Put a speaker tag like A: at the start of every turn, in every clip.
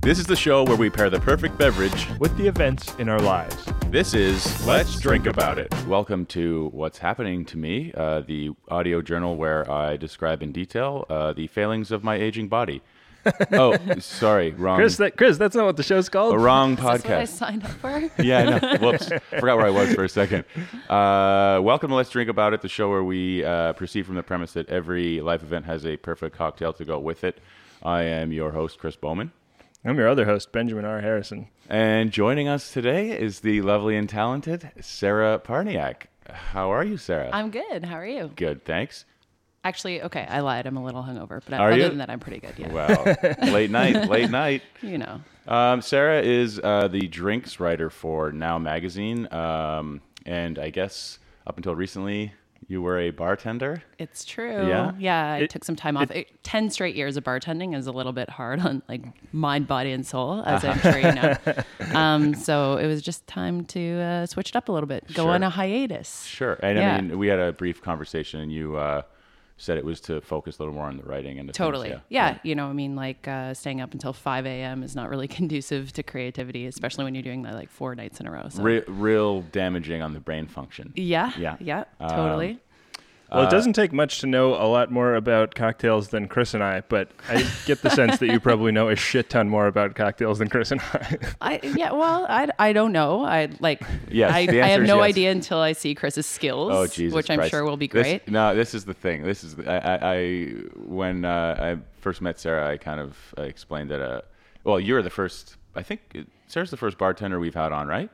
A: This is the show where we pair the perfect beverage.
B: with the events in our lives.
A: This is Let's Drink About It. Welcome to What's Happening to Me, uh, the audio journal where I describe in detail uh, the failings of my aging body. oh, sorry, wrong.
B: Chris, that, Chris, that's not what the show's called.
A: wrong
C: That's what I
A: podcast.
C: signed up for.
A: Yeah, I know. Whoops. Forgot where I was for a second. Uh, welcome to Let's Drink About It, the show where we uh, proceed from the premise that every life event has a perfect cocktail to go with it. I am your host, Chris Bowman.
B: I'm your other host, Benjamin R. Harrison.
A: And joining us today is the lovely and talented Sarah Parniak. How are you, Sarah?
C: I'm good. How are you?
A: Good, thanks.
C: Actually, okay, I lied. I'm a little hungover, but
A: Are
C: other
A: you?
C: than that, I'm pretty good. Yeah,
A: Wow. late night, late night.
C: you know.
A: Um, Sarah is uh, the drinks writer for Now Magazine. Um, and I guess up until recently, you were a bartender.
C: It's true.
A: Yeah?
C: I
B: It-
C: took some time off. It- Ten straight years of bartending is a little bit hard on like mind, body, and soul, as I'm sure you know.
A: Uh-huh.
C: um, so it was just time to uh, switch it up a little bit, go
A: Sure.
C: on a hiatus.
A: Sure. And I
C: Yeah.
A: mean, we had a brief conversation, and you uh, said it was to focus a little more on the writing and the things,
C: Totally.
A: yeah.
C: yeah. You know, I mean, like uh, staying up until 5 a.m. is not really conducive to creativity, especially when you're doing that like four nights in a row. So.
A: Re- real damaging on the brain function.
C: yeah.
A: Yeah.
C: Yeah. Yeah.
A: Um,
C: Totally.
B: Well,
A: Uh,
B: it doesn't take much to know a lot more about cocktails than Chris and I, but I get the sense that you probably know a shit ton more about cocktails than Chris and I.
C: I yeah, well, I, I don't know. I like
A: Yes,
C: I,
A: the
C: I
A: answer
C: have
A: is
C: no
A: yes.
C: idea until I see Chris's skills,
A: Oh Jesus!
C: which I'm
A: Christ.
C: sure will be
A: This-
C: great.
A: no, this is the thing. This is I, I, I when uh, I first met Sarah, I kind of uh, explained that. Uh, well, you're the first. I think uh, Sarah's the first bartender we've had on, right?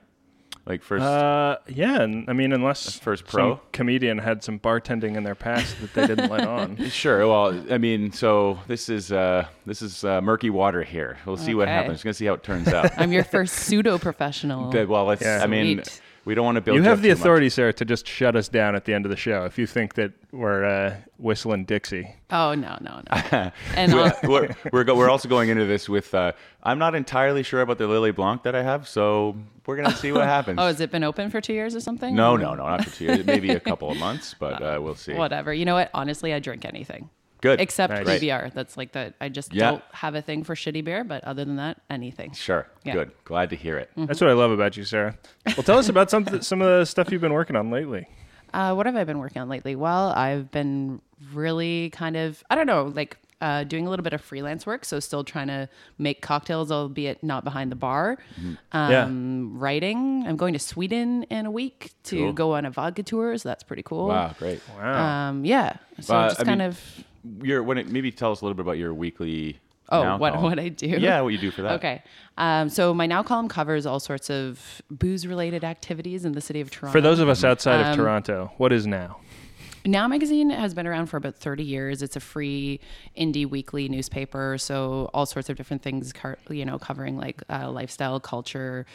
A: Like first.
B: Uh, yeah, and, I mean, unless
A: First
B: some
A: pro.
B: comedian had some bartending in their past that they didn't let on.
A: Sure. Well, I mean, so this is uh, this is uh, murky water here. We'll see what
C: Okay.
A: happens. We're gonna see how it turns out.
C: I'm your first pseudo professional.
A: That- well, let's.
B: Yeah.
A: I mean,
C: Sweet.
A: we don't want to build.
B: You
A: up
B: have the
A: too much.
B: authority, Sarah, to just shut us down at the end of the show if you think that we're uh, whistling Dixie.
C: Oh no, no, no. and I'll,
A: we're we're, go, we're also going into this with. Uh, I'm not entirely sure about the Lily Blanc that I have, so we're gonna see what happens.
C: oh, has it been open for two years or something?
A: No, no, no, not for two years. Maybe a couple of months, but uh, we'll see.
C: Whatever. You know what? Honestly, I drink anything.
A: Good.
C: Except
B: Nice.
A: Right.
C: PBR. That's like the I just
A: Yeah.
C: don't have a thing for shitty beer, but other than that, anything.
A: Sure.
C: Yeah. Mm-hmm.
A: Good. Glad to hear it.
B: That's what I love about you, Sarah. Well, tell us about some some of the stuff you've been working on lately.
C: Uh, what have I been working on lately? Well, I've been really kind of, I don't know, like uh, doing a little bit of freelance work. So still trying to make cocktails, albeit not behind the bar.
A: Mm-hmm.
C: Um, Writing. I'm going to Sweden in a week to
A: Cool.
C: go on a vodka tour. So that's pretty cool.
A: Wow. Great.
B: Wow.
C: Um, yeah. So
A: Uh,
C: just
A: I
C: kind
A: mean,
C: of,
A: Your when it, maybe tell us a little bit about your weekly.
C: oh,
A: now
C: what,
A: column.
C: what I do.
A: Yeah, what you do for that.
C: Okay. Um, so my now column covers all sorts of booze related activities in the city of Toronto.
B: For those of
C: Um,
B: us outside of Toronto, what is now?
C: Now Magazine has been around for about 30 years. It's a free indie weekly newspaper, so all sorts of different things, car- you know, covering like uh, lifestyle, culture.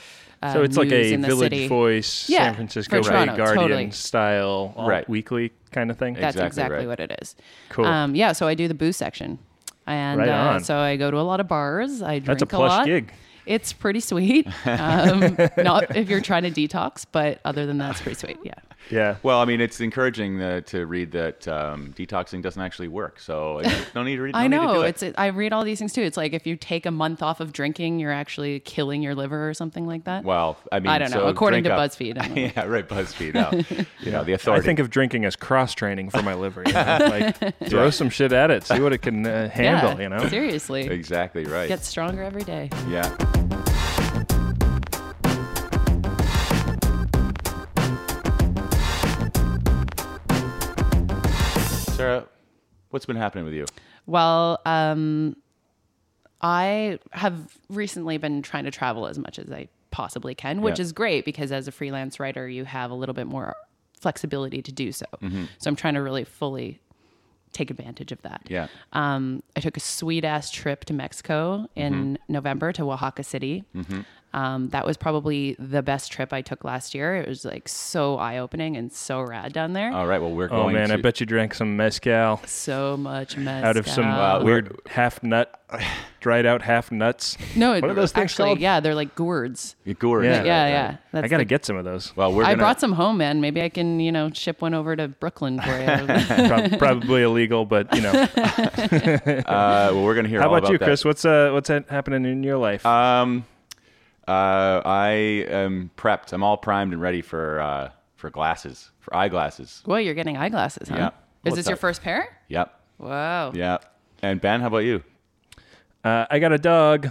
C: Uh,
B: So it's like
C: news
B: a
C: in the
B: Village
C: city.
B: Voice,
C: Yeah,
B: San Francisco
C: for
B: Bay
C: Toronto,
B: Guardian
C: totally.
B: style, all
A: Right.
B: weekly kind of thing.
C: That's
A: Exactly
C: exactly,
A: right.
C: what it is.
B: Cool.
C: Um, yeah, so I do the booze section, and
B: Right
C: uh,
B: on.
C: so I go to a lot of bars. I drink
B: That's a plush
C: lot.
B: gig.
C: It's pretty sweet. Um, not if you're trying to detox, but other than that, it's pretty sweet. Yeah.
B: yeah.
A: Well, I mean, it's encouraging uh, to read that um, detoxing doesn't actually work. So it's- no need to read. No
C: I
A: need to
C: know.
A: do it.
C: It's I read all these things too. It's like if you take a month off of drinking, you're actually killing your liver or something like that.
A: Well, I mean,
C: I don't know.
A: so
C: According
A: drink
C: to
A: up-
C: BuzzFeed, I don't know.
A: yeah, right. BuzzFeed. No. you know the
B: I
A: authority.
B: think of drinking as cross training for my liver. You know? like, throw some shit at it, see what it can uh, handle. you know,
C: Seriously.
A: exactly right.
C: Get stronger every day.
A: Yeah. Sarah, what's been happening with you?
C: Well, um, I have recently been trying to travel as much as I possibly can, which
A: Yeah.
C: is great because as a freelance writer, you have a little bit more flexibility to do so.
B: Mm-hmm.
C: So I'm trying to really fully take advantage of that.
A: Yeah.
B: Mm-hmm.
C: Um, I took a sweet ass trip to Mexico in November to Oaxaca City. Um, that was probably the best trip I took last year. It was like so eye opening and so rad down there.
A: All right. Well, we're
B: Oh
A: going.
B: man,
A: to,
B: I bet you drank some mezcal
C: so much mess
B: out of some
A: Wow.
B: weird half nut, dried out half nuts.
C: no, it,
B: what are those things
C: actually,
B: called?
C: yeah, they're like gourds.
A: you gourd.
B: Yeah.
C: Yeah, yeah. That's
B: I gotta
C: the-
B: get some of those.
A: Well, we're
C: I
A: gonna.
C: brought some home, man. Maybe I can, you know, ship one over to Brooklyn for you.
B: Prob- probably illegal, but you know.
A: uh, well, we're gonna hear.
B: How
A: all
B: about, you,
A: that.
B: Chris? What's uh, what's ha- happening in your life?
A: Um, uh, I am prepped. I'm all primed and ready for uh, for glasses, for eyeglasses.
C: Well, you're getting eyeglasses, huh?
A: Yeah.
C: Is
A: What's
C: this your
A: up?
C: first pair?
A: Yep.
C: Wow.
A: Yep. And Ben, how about you?
B: uh, I got a dog.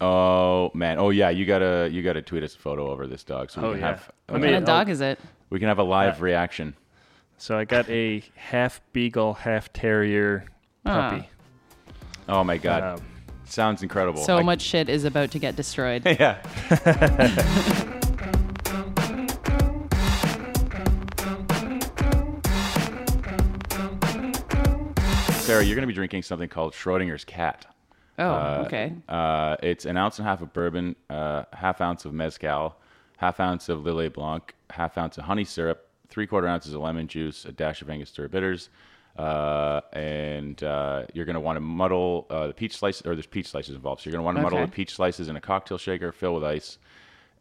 A: Oh man. Oh yeah. You gotta you gotta tweet us a photo over this dog so we
B: Oh,
A: can
B: yeah.
A: have
B: Let
C: What kind
B: me- Oh,
C: of dog is it?
A: we can have a live reaction.
B: So I got a half beagle, half terrier
C: Ah.
B: puppy.
A: Oh my god.
B: Um,
A: Sounds incredible.
C: So
A: I-
C: much shit is about to get destroyed.
A: Yeah. Sarah, you're going to be drinking something called Schrodinger's cat.
C: Oh,
A: Uh,
C: okay.
A: Uh, it's an ounce and a half of bourbon, uh, half ounce of mezcal, half ounce of Lillet Blanc, half ounce of honey syrup, three quarter ounces of lemon juice, a dash of Angostura bitters. Uh, and uh, you're going to want to muddle uh, the peach slices, or there's peach slices involved. So you're going to want to muddle
C: Okay.
A: the peach slices in a cocktail shaker, fill with ice,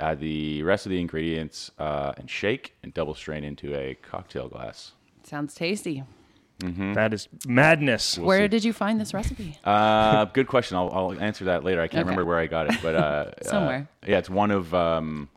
A: add the rest of the ingredients, uh, and shake and double strain into a cocktail glass.
C: Sounds tasty.
A: Hmm.
B: That is madness.
A: We'll
C: Where
A: see.
C: did you find this recipe?
A: Uh, good question. I'll, I'll answer that later. I can't
C: Okay.
A: remember where I got it, but uh,
C: Somewhere.
A: uh, yeah, it's one of. Um,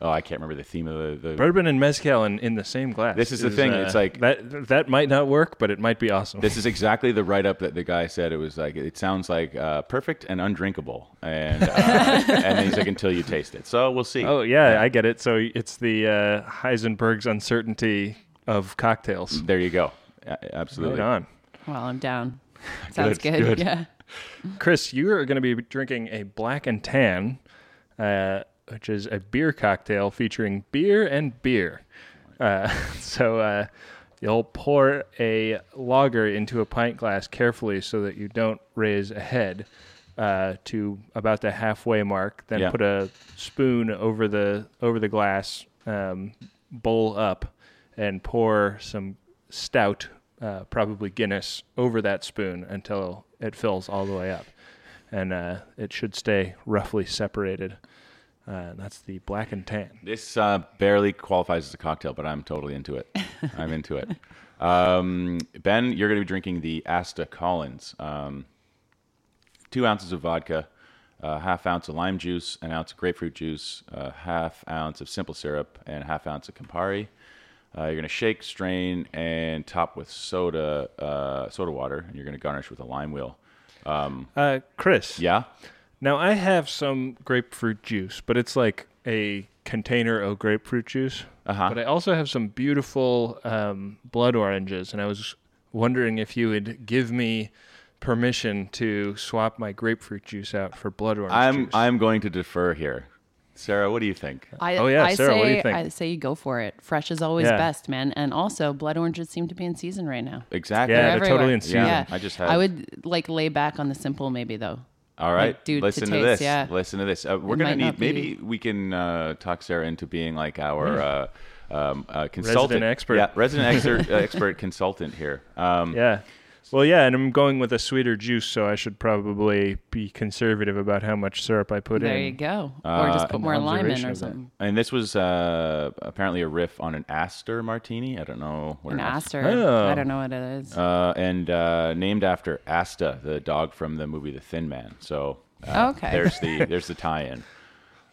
A: oh, I can't remember the theme of the. the
B: Bourbon and mezcal in, in the same glass. uh,
A: This is the thing, it's like-
B: that. That might not work, but it might be awesome.
A: this is exactly the write-up that the guy said. It was like it sounds like uh, perfect and undrinkable, and uh, and then he's like until you taste it. So we'll see.
B: oh yeah, I get it. So it's the uh, Heisenberg's uncertainty of cocktails.
A: There you go. A-
B: Right
A: Absolutely.
B: on,
C: Well, I'm down. Sounds
A: Good,
C: good.
A: good.
C: Yeah.
B: Chris. You are going to be drinking a black and tan, uh, which is a beer cocktail featuring beer and beer. Uh, so uh, you'll pour a lager into a pint glass carefully so that you don't raise a head uh, to about the halfway mark. Then
A: Yeah.
B: put a spoon over the over the glass, um, bowl up, and pour some stout, uh, probably Guinness, over that spoon until it fills all the way up, and uh, it should stay roughly separated. Uh, that's the black and tan.
A: This uh, barely qualifies as a cocktail, but I'm totally into it. I'm into it. Um, ben, you're going to be drinking the Asta Collins. Um, two ounces of vodka, a half ounce of lime juice, an ounce of grapefruit juice, a half ounce of simple syrup, and a half ounce of Campari. Uh, you're going to shake, strain, and top with soda, uh, soda water, and you're going to garnish with a lime wheel.
B: Uh, Chris.
A: Yeah,
B: Now I have some grapefruit juice, but it's like a container of grapefruit juice.
A: Uh-huh.
B: But I also have some beautiful um, blood oranges, and I was wondering if you would give me permission to swap my grapefruit juice out for blood orange
A: I'm.
B: juice.
A: I'm going to defer here. Sarah, what do you think?
C: I,
B: Oh, yeah,
C: I
B: Sarah,
C: say,
B: what do you think?
C: I say you go for it. Fresh is always
B: Yeah.
C: best, man. And also, blood oranges seem to be in season right now.
A: Exactly.
B: Yeah,
C: They're
B: they're
C: everywhere.
B: totally in season.
C: Yeah.
A: I just
C: I
A: had-
C: would like lay back on the simple, maybe though.
A: All right,
C: dude, to
A: listen to,
C: taste,
A: this.
C: yeah.
A: Listen to this. Uh, we're
C: It
A: gonna
C: might
A: need.
C: not be-
A: Maybe we can uh, talk Sarah into being like our uh, um, uh, consultant
B: expert.
A: Yeah, resident expert, uh, expert consultant here. Um,
B: Yeah. Well, yeah, and I'm going with a sweeter juice, so I should probably be conservative about how much syrup I put
C: There
B: in. uh,
C: you go. Or just put
B: an
C: more lime in
B: observation
C: or
B: of that.
C: something.
A: And this was uh, apparently a riff on an Aster martini. I don't know what
C: An
A: it is.
C: aster.
B: Oh.
C: I don't know what it is.
A: Uh, and uh, named after Asta, the dog from the movie The Thin Man. So uh,
C: Okay.
A: there's the there's the tie-in.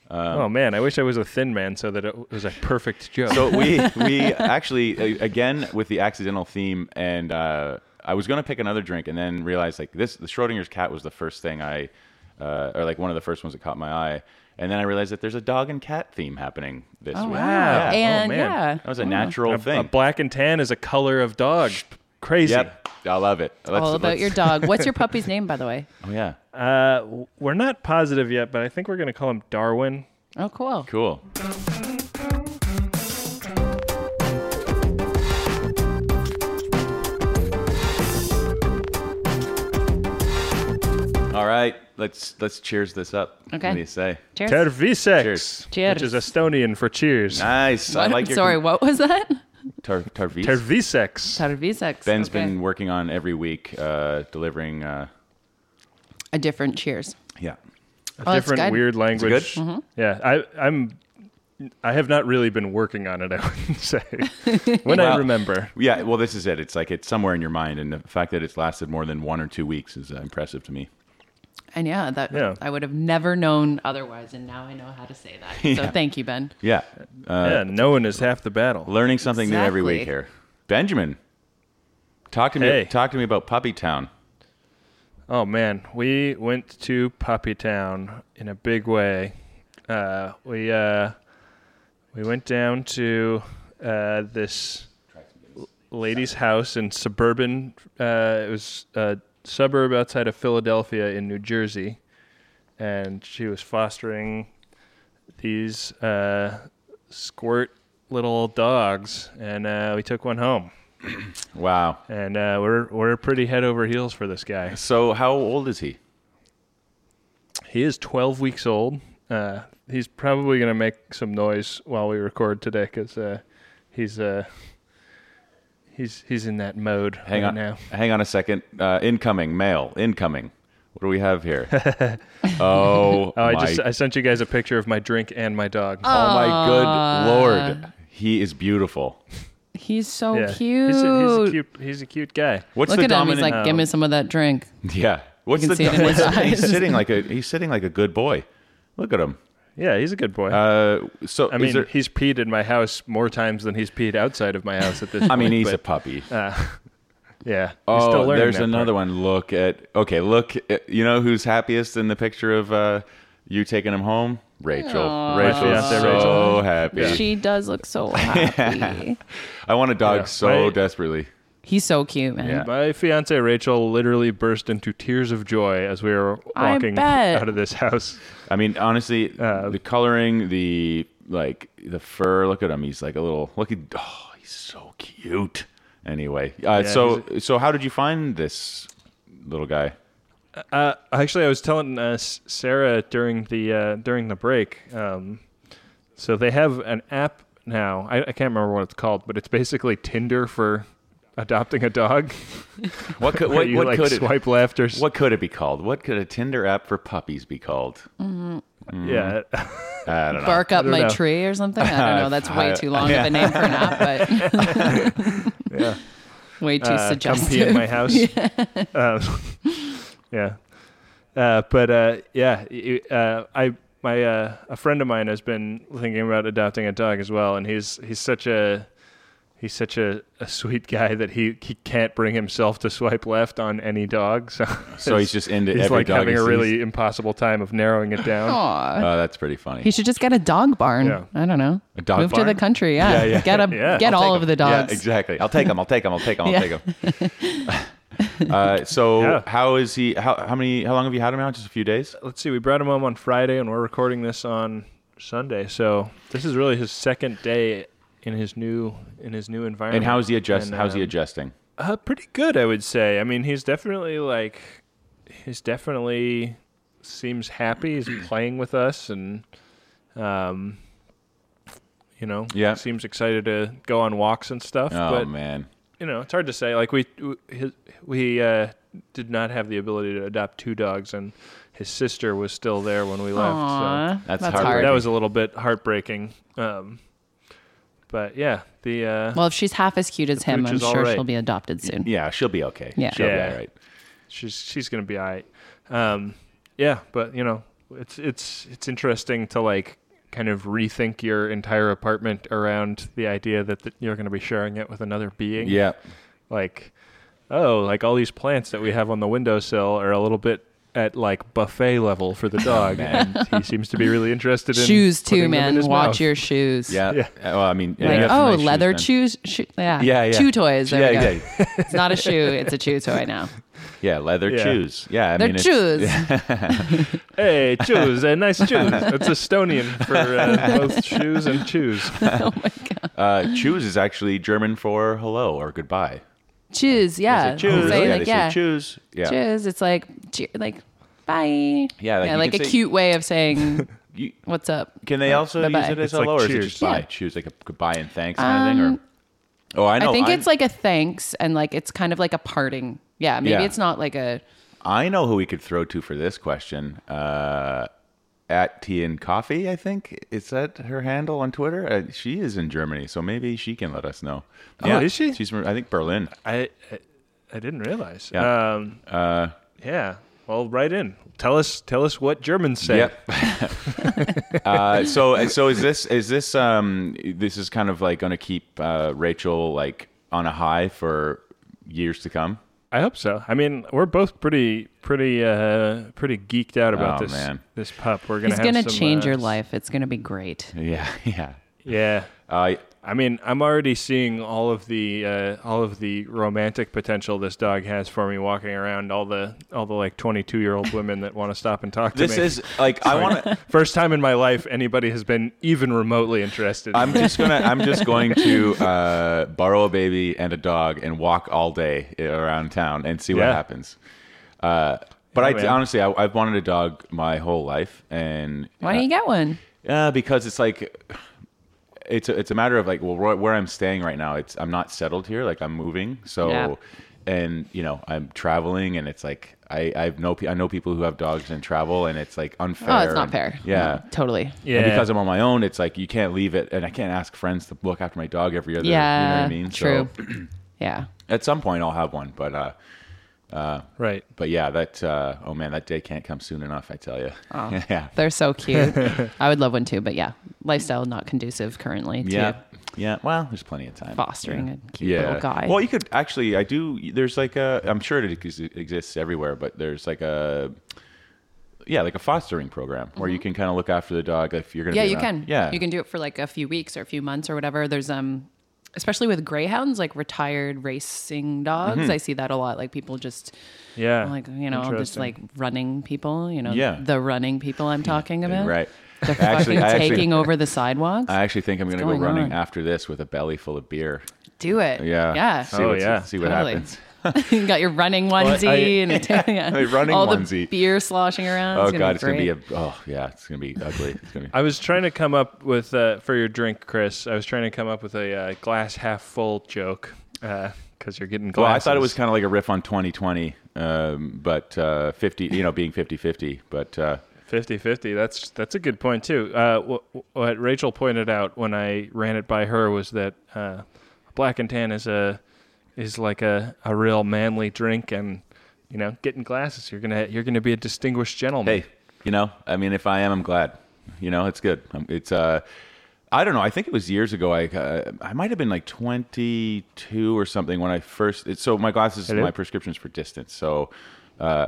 A: Um,
B: oh man, I wish I was a thin man so that it was a perfect joke.
A: So we we actually a- again with the accidental theme, and uh, I was gonna pick another drink, and then realized like this, the Schrodinger's cat was the first thing I, uh, or like one of the first ones that caught my eye, and then I realized that there's a dog and cat theme happening this
C: Oh,
A: week. Yeah.
B: wow. Oh,
C: And
B: man.
C: yeah.
A: That was a natural
B: a,
A: thing.
B: a black and tan is a color of dog. Crazy.
A: yep, I love it. Let's-
C: all about
A: let's-
C: your dog. What's your puppy's name, by the way?
A: Oh yeah,
B: Uh, w- we're not positive yet, but I think we're going to call him Darwin.
C: Oh, cool.
A: cool. All right, Let's let's cheers this up.
C: Okay.
A: What do you say?
C: Cheers.
B: Tervisex,
A: Cheers.
C: Cheers.
B: which is Estonian for cheers.
A: Nice. I
C: What?
A: like your
C: Sorry,
A: con-
C: what was that?
A: Tar- Tarvis.
B: Tervisex.
C: Tarvisex.
A: Ben's
C: okay.
A: been working on every week, uh, delivering. Uh,
C: a different cheers.
A: yeah.
C: Oh, it's
B: different
C: good. Mm-hmm.
B: weird language.
A: good?
B: Yeah, I, I'm. I have not really been working on it. I would say when I
A: Wow.
B: remember.
A: Yeah. Well, this is it. It's like it's somewhere in your mind, and the fact that it's lasted more than one or two weeks is uh, impressive to me.
C: And yeah, that
B: Yeah.
C: I would have never known otherwise, and now I know how to say that. So thank you, Ben.
A: Yeah. Uh,
B: yeah, knowing is half the battle.
A: Learning something new every week
C: Exactly.
A: here. Benjamin, talk to me.
B: Hey.
A: Talk to me about Puppy Town.
B: Oh man, we went to Puppy Town in a big way. Uh, we uh, we went down to uh, this lady's house in suburban. Uh, it was a suburb outside of Philadelphia in New Jersey, and she was fostering these uh, squirt little dogs, and uh, we took one home.
A: Wow.
B: And uh, we're we're pretty head over heels for this guy.
A: So, how old is he?
B: He is 12 weeks old. Uh, he's probably going to make some noise while we record today because uh, he's uh, he's he's in that mode
A: Hang
B: right
A: on.
B: now.
A: Hang on a second. Uh, incoming mail. Incoming. What do we have here? oh,
B: Oh, I
A: my,
B: just I sent you guys a picture of my drink and my dog.
A: oh my good lord. He is beautiful.
C: He's so
B: yeah.
C: cute.
B: He's a, he's a cute he's a cute guy.
A: What's
C: Look
A: the
C: at him. He's
A: dominant?
C: like, give me some of that drink.
A: yeah. What's
C: can
A: the
C: see it in his
A: dominant? He's
C: eyes.
A: sitting like a he's sitting like a good boy. Look at him.
B: Yeah, he's a good boy.
A: Uh, so
B: I
A: is
B: mean,
A: there,
B: he's peed in my house more times than he's peed outside of my house at this point.
A: I mean, he's
B: but,
A: a puppy.
B: yeah. he's
A: Oh,
B: still learning
A: there's
B: that
A: another
B: part.
A: one. Look at okay. Look, at, you know who's happiest in the picture of uh, you taking him home? Rachel.
C: Aw.
A: Rachel is
B: Fiancée
A: so
B: Rachel.
A: happy.
C: She does look so happy.
A: I want a dog
B: Yeah.
A: so
B: Right.
A: desperately.
C: He's so cute, man.
A: Yeah.
B: My fiance Rachel literally burst into tears of joy as we were
C: I
B: walking
C: bet.
B: out of this house.
A: I mean, honestly,
B: Uh,
A: the coloring, the like, the fur. Look at him. He's like a little. Look at. Oh, he's so cute. Anyway, uh, so so how did you find this little guy?
B: Uh, actually, I was telling uh, S- Sarah during the uh, during the break. Um, so they have an app now. I, I can't remember what it's called, but it's basically Tinder for adopting a dog.
A: What could
B: where
A: what,
B: you
A: what
B: like
A: could it,
B: swipe left or s-
A: what could it be called? What could a Tinder app for puppies be called?
B: yeah.
A: I don't know.
C: Bark up
B: don't
C: my
B: know.
C: tree or something. I don't know. That's way too long of a name for an app, but way too
B: uh, come pee
C: suggestive.
B: at my house. yeah. yeah. Uh, but uh, yeah, y- y- uh, I my uh, a friend of mine has been thinking about adopting a dog as well, and he's he's such a he's such a, a sweet guy that he, he can't bring himself to swipe left on any dog. So
A: So he's just into
B: he's
A: every
B: like
A: dog
B: having
A: he
B: a
A: sees.
B: really impossible time of narrowing it down.
C: Aw.
A: Oh, that's pretty funny.
C: He should just get a dog barn.
B: Yeah.
C: I don't know.
A: A dog
C: Move
A: barn?
C: to the country.
A: Yeah,
C: Yeah.
A: yeah.
C: Get a,
B: Yeah.
C: get all of the
A: yeah,
C: dogs.
A: exactly. I'll take him. I'll take him. I'll take him. I'll
C: Yeah.
A: take him. uh, so
B: Yeah.
A: how is he? How, how many? How long have you had him now? Just a few days.
B: Let's see, we brought him home on Friday, and we're recording this on Sunday. So this is really his second day in his new in his new environment.
A: And how is he adjust?
B: And,
A: How's he
B: um,
A: adjusting?
B: Uh, pretty good, I would say. I mean, he's definitely like, he's definitely seems happy. He's playing with us, and um, you know,
A: Yeah.
B: seems excited to go on walks and stuff.
A: Oh
B: but
A: man.
B: you know, it's hard to say. Like we his, we uh, did not have the ability to adopt two dogs, and his sister was still there when we left. So
C: Aw.
A: That's
C: That's,
A: hard.
C: hard.
B: that was a little bit heartbreaking. Um, but yeah, the uh,
C: well, if she's half as cute as him,
B: pooch
C: I'm
B: is all
C: sure
B: right.
C: she'll be adopted soon.
A: Yeah, she'll be okay.
C: Yeah.
A: She'll
B: Yeah.
A: be all right.
B: she's she's gonna be all right. Um, yeah, but you know, it's it's it's interesting to like kind of rethink your entire apartment around the idea that, that you're gonna be sharing it with another being.
A: Yeah.
B: like oh, like all these plants that we have on the windowsill are a little bit at like buffet level for the
A: Oh,
B: dog, and he seems to be really interested in
C: Shoes
B: putting
C: too,
B: them in
C: man.
B: his
C: Watch
B: mouth.
C: your shoes.
A: Yeah.
B: Yeah.
A: Uh, Well, I mean, yeah, you
C: Like,
A: have some
C: oh,
A: nice shoes,
C: leather
A: man.
C: shoes. Shoe, yeah.
A: Yeah, yeah.
C: Two toys. There
A: yeah,
C: we go.
A: yeah,
C: It's not a shoe. It's a chew toy now.
A: yeah. Leather
B: Yeah.
A: shoes. Yeah. I
C: They're
A: mean, it's-
C: shoes.
B: Hey, shoes, uh, nice shoes. It's Estonian for uh, both shoes and shoes.
A: Uh, choose is actually German for hello or goodbye.
C: Chews. Yeah.
A: Choose.
C: Say,
A: Oh, yeah,
C: like,
A: they say
C: yeah.
A: choose. Yeah.
C: Chews. It's like, che- like bye.
A: Yeah, like
C: like,
A: you
C: like a
A: can say-
C: cute way of saying
A: You,
C: what's up.
A: can they also use
C: Uh, bye-bye.
A: it as
B: It's
A: hello,
B: like
A: or is it
B: cheers.
A: just bye?
C: Yeah. Um,
A: Choose like a goodbye and thanks kind of thing, or oh, I know.
C: I think
A: I'm-
C: it's like a thanks and like it's kind of like a parting. Yeah, maybe
A: Yeah.
C: it's not like a
A: I know who we could throw to for this question. Uh, at Tea and Coffee, I think is that her handle on Twitter. Uh, she is in Germany, so maybe she can let us know.
B: Oh, is she?
A: She's from I think Berlin.
B: I, I I didn't realize.
A: Yeah.
B: Um,
A: Uh,
B: yeah. Well, write in. Tell us tell us what Germans say.
A: Yep. uh, so so is this is this um this is kind of like going to keep uh, Rachel like on a high for years to come.
B: I hope so. I mean, we're both pretty pretty uh pretty geeked out about
A: Oh,
B: this
A: man.
B: this pup. We're gonna
C: he's
B: have
C: gonna
B: some,
C: change
B: uh,
C: your life. It's gonna be great.
A: Yeah, yeah.
B: Yeah.
A: Uh,
B: I mean, I'm already seeing all of the uh, all of the romantic potential this dog has for me walking around all the all the like 22 year old women that want to stop and talk to
A: this
B: me.
A: is like I want to.
B: first time in my life anybody has been even remotely interested. in
A: I'm
B: me.
A: just gonna. I'm just going to uh, borrow a baby and a dog and walk all day around town and see what
B: Yeah.
A: happens. Uh, but
B: Yeah,
A: I
B: man.
A: honestly, I, I've wanted a dog my whole life, and
C: Why don't you get one?
A: Yeah, because it's like it's a, it's a matter of like well where, where I'm staying right now. It's I'm not settled here. Like I'm moving, so
C: Yeah.
A: and you know I'm traveling, and it's like I I've know pe- I know people who have dogs and travel, and it's like unfair.
C: Oh, it's not
A: and-
C: fair.
A: Yeah.
C: No, totally.
A: And
B: Yeah.
A: because I'm on my own, it's like you can't leave it, and I can't ask friends to look after my dog every other. you know what
C: yeah,
A: I mean.
C: true.
A: So
C: yeah,
A: at some point I'll have one, but uh,
B: right.
A: but yeah, that uh, oh man, that day can't come soon enough. I tell you.
C: Oh.
A: yeah.
C: they're so cute. I would love one too, but yeah, lifestyle not conducive currently to
A: Yeah. Yeah. Well, there's plenty of time.
C: fostering
A: Yeah.
C: a cute little guy.
A: Well, you could actually. I do. There's like a. I'm sure it ex- exists everywhere, but there's like a. Yeah, like a fostering program where you can kind of look after the dog if you're gonna.
C: Mm-hmm. yeah
A: be
C: you
A: around.
C: can
A: Yeah,
C: you can do it for like a few weeks or a few months or whatever there's um especially with greyhounds like retired racing dogs
A: Mm-hmm.
C: i see that a lot like people just
B: Yeah.
C: like you know just
B: Interesting.
C: like running people you know
A: Yeah.
C: the running people i'm talking about
A: Right.
C: they're
A: Actually,
C: fucking
A: I actually-
C: taking over the sidewalks
A: I actually think I'm gonna go
C: going
A: running
C: on?
A: after this with a belly full of beer.
C: do it
A: Yeah.
C: yeah
A: See
B: Oh,
A: what's-
B: yeah.
A: See what
C: Totally.
A: happens.
C: you got your running onesie
B: I-
C: and a yeah.
A: a running
C: all the
A: onesie.
C: beer sloshing around
A: Oh
C: it's gonna
A: god,
C: be
A: it's gonna
C: great.
A: be a. Oh yeah, it's gonna be ugly. It's gonna be.
B: I was trying to come up with uh, for your drink, Chris. I was trying to come up with a uh, glass half full joke because you're getting
A: Well, I
B: glasses.
A: thought it was kind of like a riff on 2020, um, but uh, 50, you know, being 50-50. But uh,
B: 50-50. That's that's a good point too. Uh, what, what Rachel pointed out when I ran it by her was that uh, black and tan is a is like a, a real manly drink, and you know, getting glasses, you're gonna you're gonna be a distinguished gentleman.
A: hey, you know, I mean, if I am, I'm glad. You know, it's good. Um, It's uh, I don't know. I think it was years ago. I uh, I might have been like 22 or something when I first. It, so my glasses,
B: Hello?
A: my prescriptions for distance. So. Uh,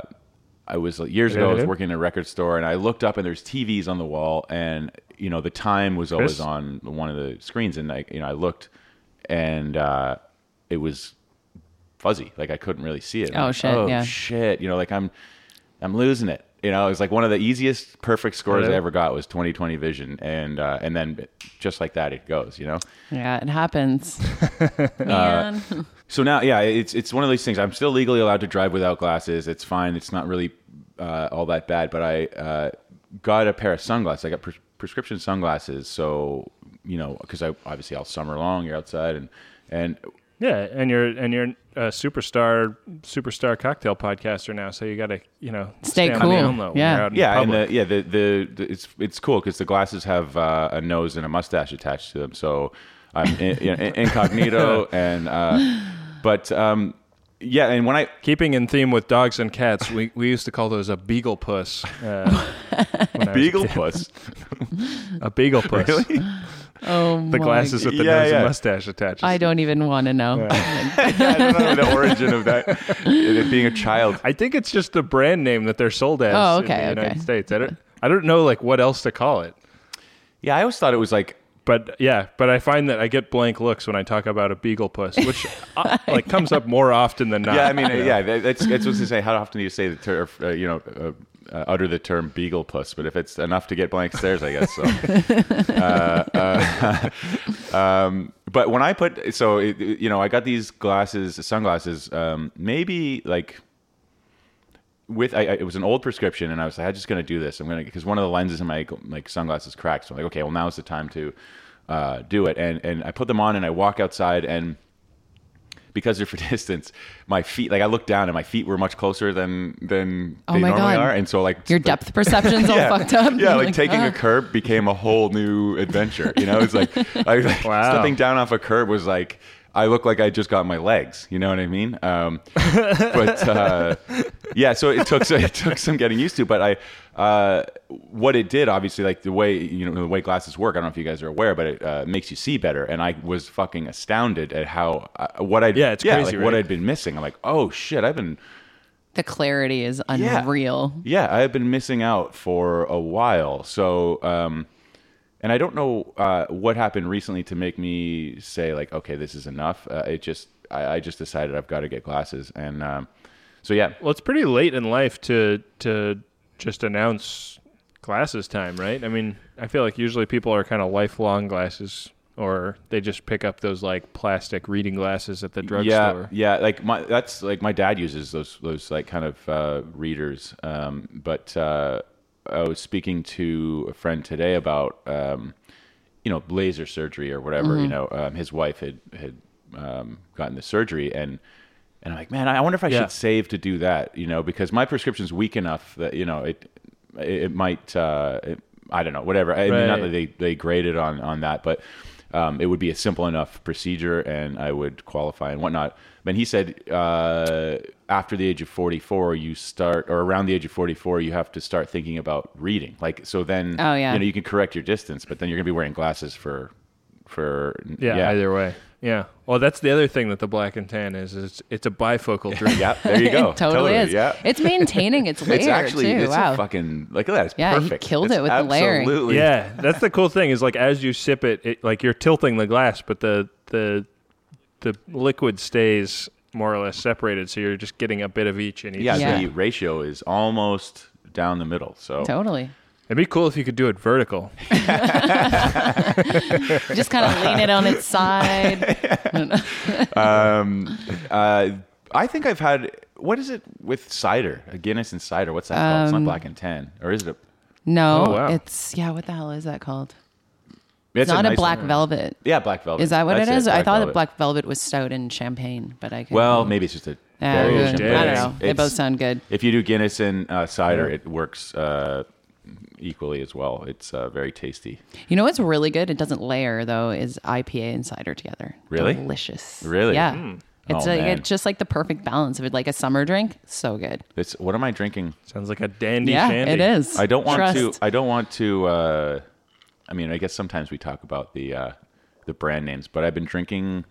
A: I was like, years
B: Hello,
A: ago. I was
B: hello?
A: working in a record store, and I looked up, and there's TVs on the wall, and you know the time was always
B: Chris?
A: on one of the screens, and I, you know, I looked, and uh, it was fuzzy, like I couldn't really see it. I'm
C: Oh,
A: like,
C: shit,
A: Oh
C: yeah.
A: shit! You know, like I'm, I'm losing it. You know, it was like one of the easiest perfect scores I
B: Hello?
A: ever got was 20/20 vision, and uh, and then just like that it goes. You know,
C: yeah it happens man
A: so now yeah, it's it's one of these things. I'm still legally allowed to drive without glasses. It's fine. It's not really uh, all that bad. But I uh, got a pair of sunglasses. I got pres- prescription sunglasses. So you know, because I obviously all summer long you're outside and and
B: Yeah, and you're and you're a superstar superstar cocktail podcaster now, so you got to you know
C: Stay
B: on
C: cool.
B: the down low when
C: Yeah.
B: you're out in
A: yeah, and
B: public.
A: the, yeah, the, the the it's it's cool because the glasses have uh, a nose and a mustache attached to them, so I'm in, you know, in- incognito and uh, but um, yeah, and when I
B: Keeping in theme with dogs and cats, we, we used to call those a beagle puss. Uh, when I was
A: beagle
B: a, kid.
A: puss,
B: a beagle puss.
C: oh
B: The
C: my
B: glasses with the
A: Yeah,
B: nose
A: yeah.
B: and mustache attached.
C: I don't even want to know.
A: I don't know the origin of that it being a child.
B: I think it's just the brand name that they're sold as
C: Oh,
B: in
C: okay,
B: the United
C: okay.
B: States. I don't I don't know like what else to call it.
A: Yeah, I always thought it was like
B: But yeah, but I find that I get blank looks when I talk about a beagle puss, which uh, like comes up more often than not.
A: yeah, I mean uh,
B: you know?
A: yeah, that- that's that's what's to say. How often do you say the term? Uh, you know. Uh, uh, utter the term beagle puss, but if it's enough to get blank stares, I guess so. Uh, um, but when I put so it, it- you know I got these glasses, sunglasses, um, maybe like with I, I, it was an old prescription, and I was like, I'm just gonna do this. I'm gonna because one of the lenses in my like sunglasses cracked. So I'm like, okay, well now's the time to uh, do it. And and I put them on, and I walk outside, and because they're for distance, my feet like I looked down, and my feet were much closer than than
C: Oh
A: they
C: my
A: normally
C: God.
A: are, and so like
C: Your
A: the-
C: depth perception's all fucked up.
A: yeah,
C: You're
A: like, taking
C: "Ah."
A: a curb became a whole new adventure. You know, it's like, I, like
B: Wow.
A: stepping down off a curb was like I look like I just got my legs. You know what I mean? Um, but uh, yeah, so it took so it took some getting used to. But I, uh, what it did, obviously, like the way you know the way glasses work. I don't know if you guys are aware, but it uh, makes you see better. And I was fucking astounded at how uh, what I
B: Yeah, it's crazy,
A: like, what
B: right?
A: I'd been missing. I'm like, oh shit, I've been
C: The clarity is
A: Yeah.
C: unreal.
A: yeah, I have been missing out for a while. So, um, and I don't know uh, what happened recently to make me say like, okay, this is enough. Uh, it just, I, I just decided I've got to get glasses, and um, so yeah,
B: Well, it's pretty late in life to to just announce glasses time, right? I mean, I feel like usually people are kind of lifelong glasses, or they just pick up those like plastic reading glasses at the
A: yeah,
B: drugstore.
A: yeah. Like my, that's like my dad uses those those like kind of uh, readers. Um, but uh, I was speaking to a friend today about um, you know laser surgery or whatever.
B: Mm-hmm.
A: You know, um, his wife had had um, gotten the surgery and. And I'm like, man, I wonder if I
B: Yeah.
A: should save to do that, you know, because my prescription's weak enough that you know it, it, it might, uh, it, I don't know, whatever. I mean, not
B: Right.
A: that they they graded on on that, but um, it would be a simple enough procedure, and I would qualify and whatnot. But he said uh, after the age of forty four, you start, or around the age of forty four, you have to start thinking about reading. Like so, then
C: Oh, yeah.
A: you know you can correct your distance, but then you're gonna be wearing glasses for for
B: Yeah, either way. Yeah. Well, that's the other thing that the black and tan is. is it's, it's a bifocal drink.
A: yeah. There you go.
C: It totally is.
A: Yeah.
C: It's maintaining its layer
A: It's actually
C: too.
A: it's
C: wow.
A: a fucking like look at that. It's
C: Yeah, he
A: perfect.
C: killed
A: It's
C: it with the layering.
A: Absolutely.
B: yeah, that's the cool thing is like as you sip it, it like you're tilting the glass, but the the the liquid stays more or less separated, so you're just getting a bit of each in each.
A: Yeah,
C: Yeah.
A: The ratio is almost down the middle. So
C: totally.
B: It'd be cool if you could do it vertical.
C: Just kind of lean it on its
A: Oh,
C: side.
A: um, uh, I think I've had what is it with cider? A Guinness and cider. What's that called?
C: Um,
A: It's not black and tan, or is it? A,
C: No,
B: Oh, wow.
C: it's yeah. What the hell is that called?
A: it's
C: It's not a,
A: nice
C: black
A: one.
C: velvet.
A: Yeah, black velvet.
C: Is that what
A: That's
C: it is? I thought
A: velvet.
C: that black velvet was stout and champagne, but I could.
A: Well, maybe it's just a
C: Uh,
A: variation.
B: good.
A: but
C: I don't
A: it's-
C: know. They
A: it's-
C: both sound good.
A: If you do Guinness and uh, cider,
B: Yeah.
A: it works uh, equally as well. It's uh, very tasty.
C: You know what's really good? It doesn't layer though. Is IPA and cider together?
A: Really?
C: delicious.
A: Really?
C: Yeah. It's
A: Oh,
C: like
A: man.
C: it's just like the perfect balance of it, like a summer drink. So good.
A: It's what am I drinking?
B: Sounds like a dandy
C: yeah,
B: shandy.
C: it is.
A: I don't want
C: Trust.
A: to. I don't want to. Uh, I mean, I guess sometimes we talk about the uh, the brand names, but I've been drinking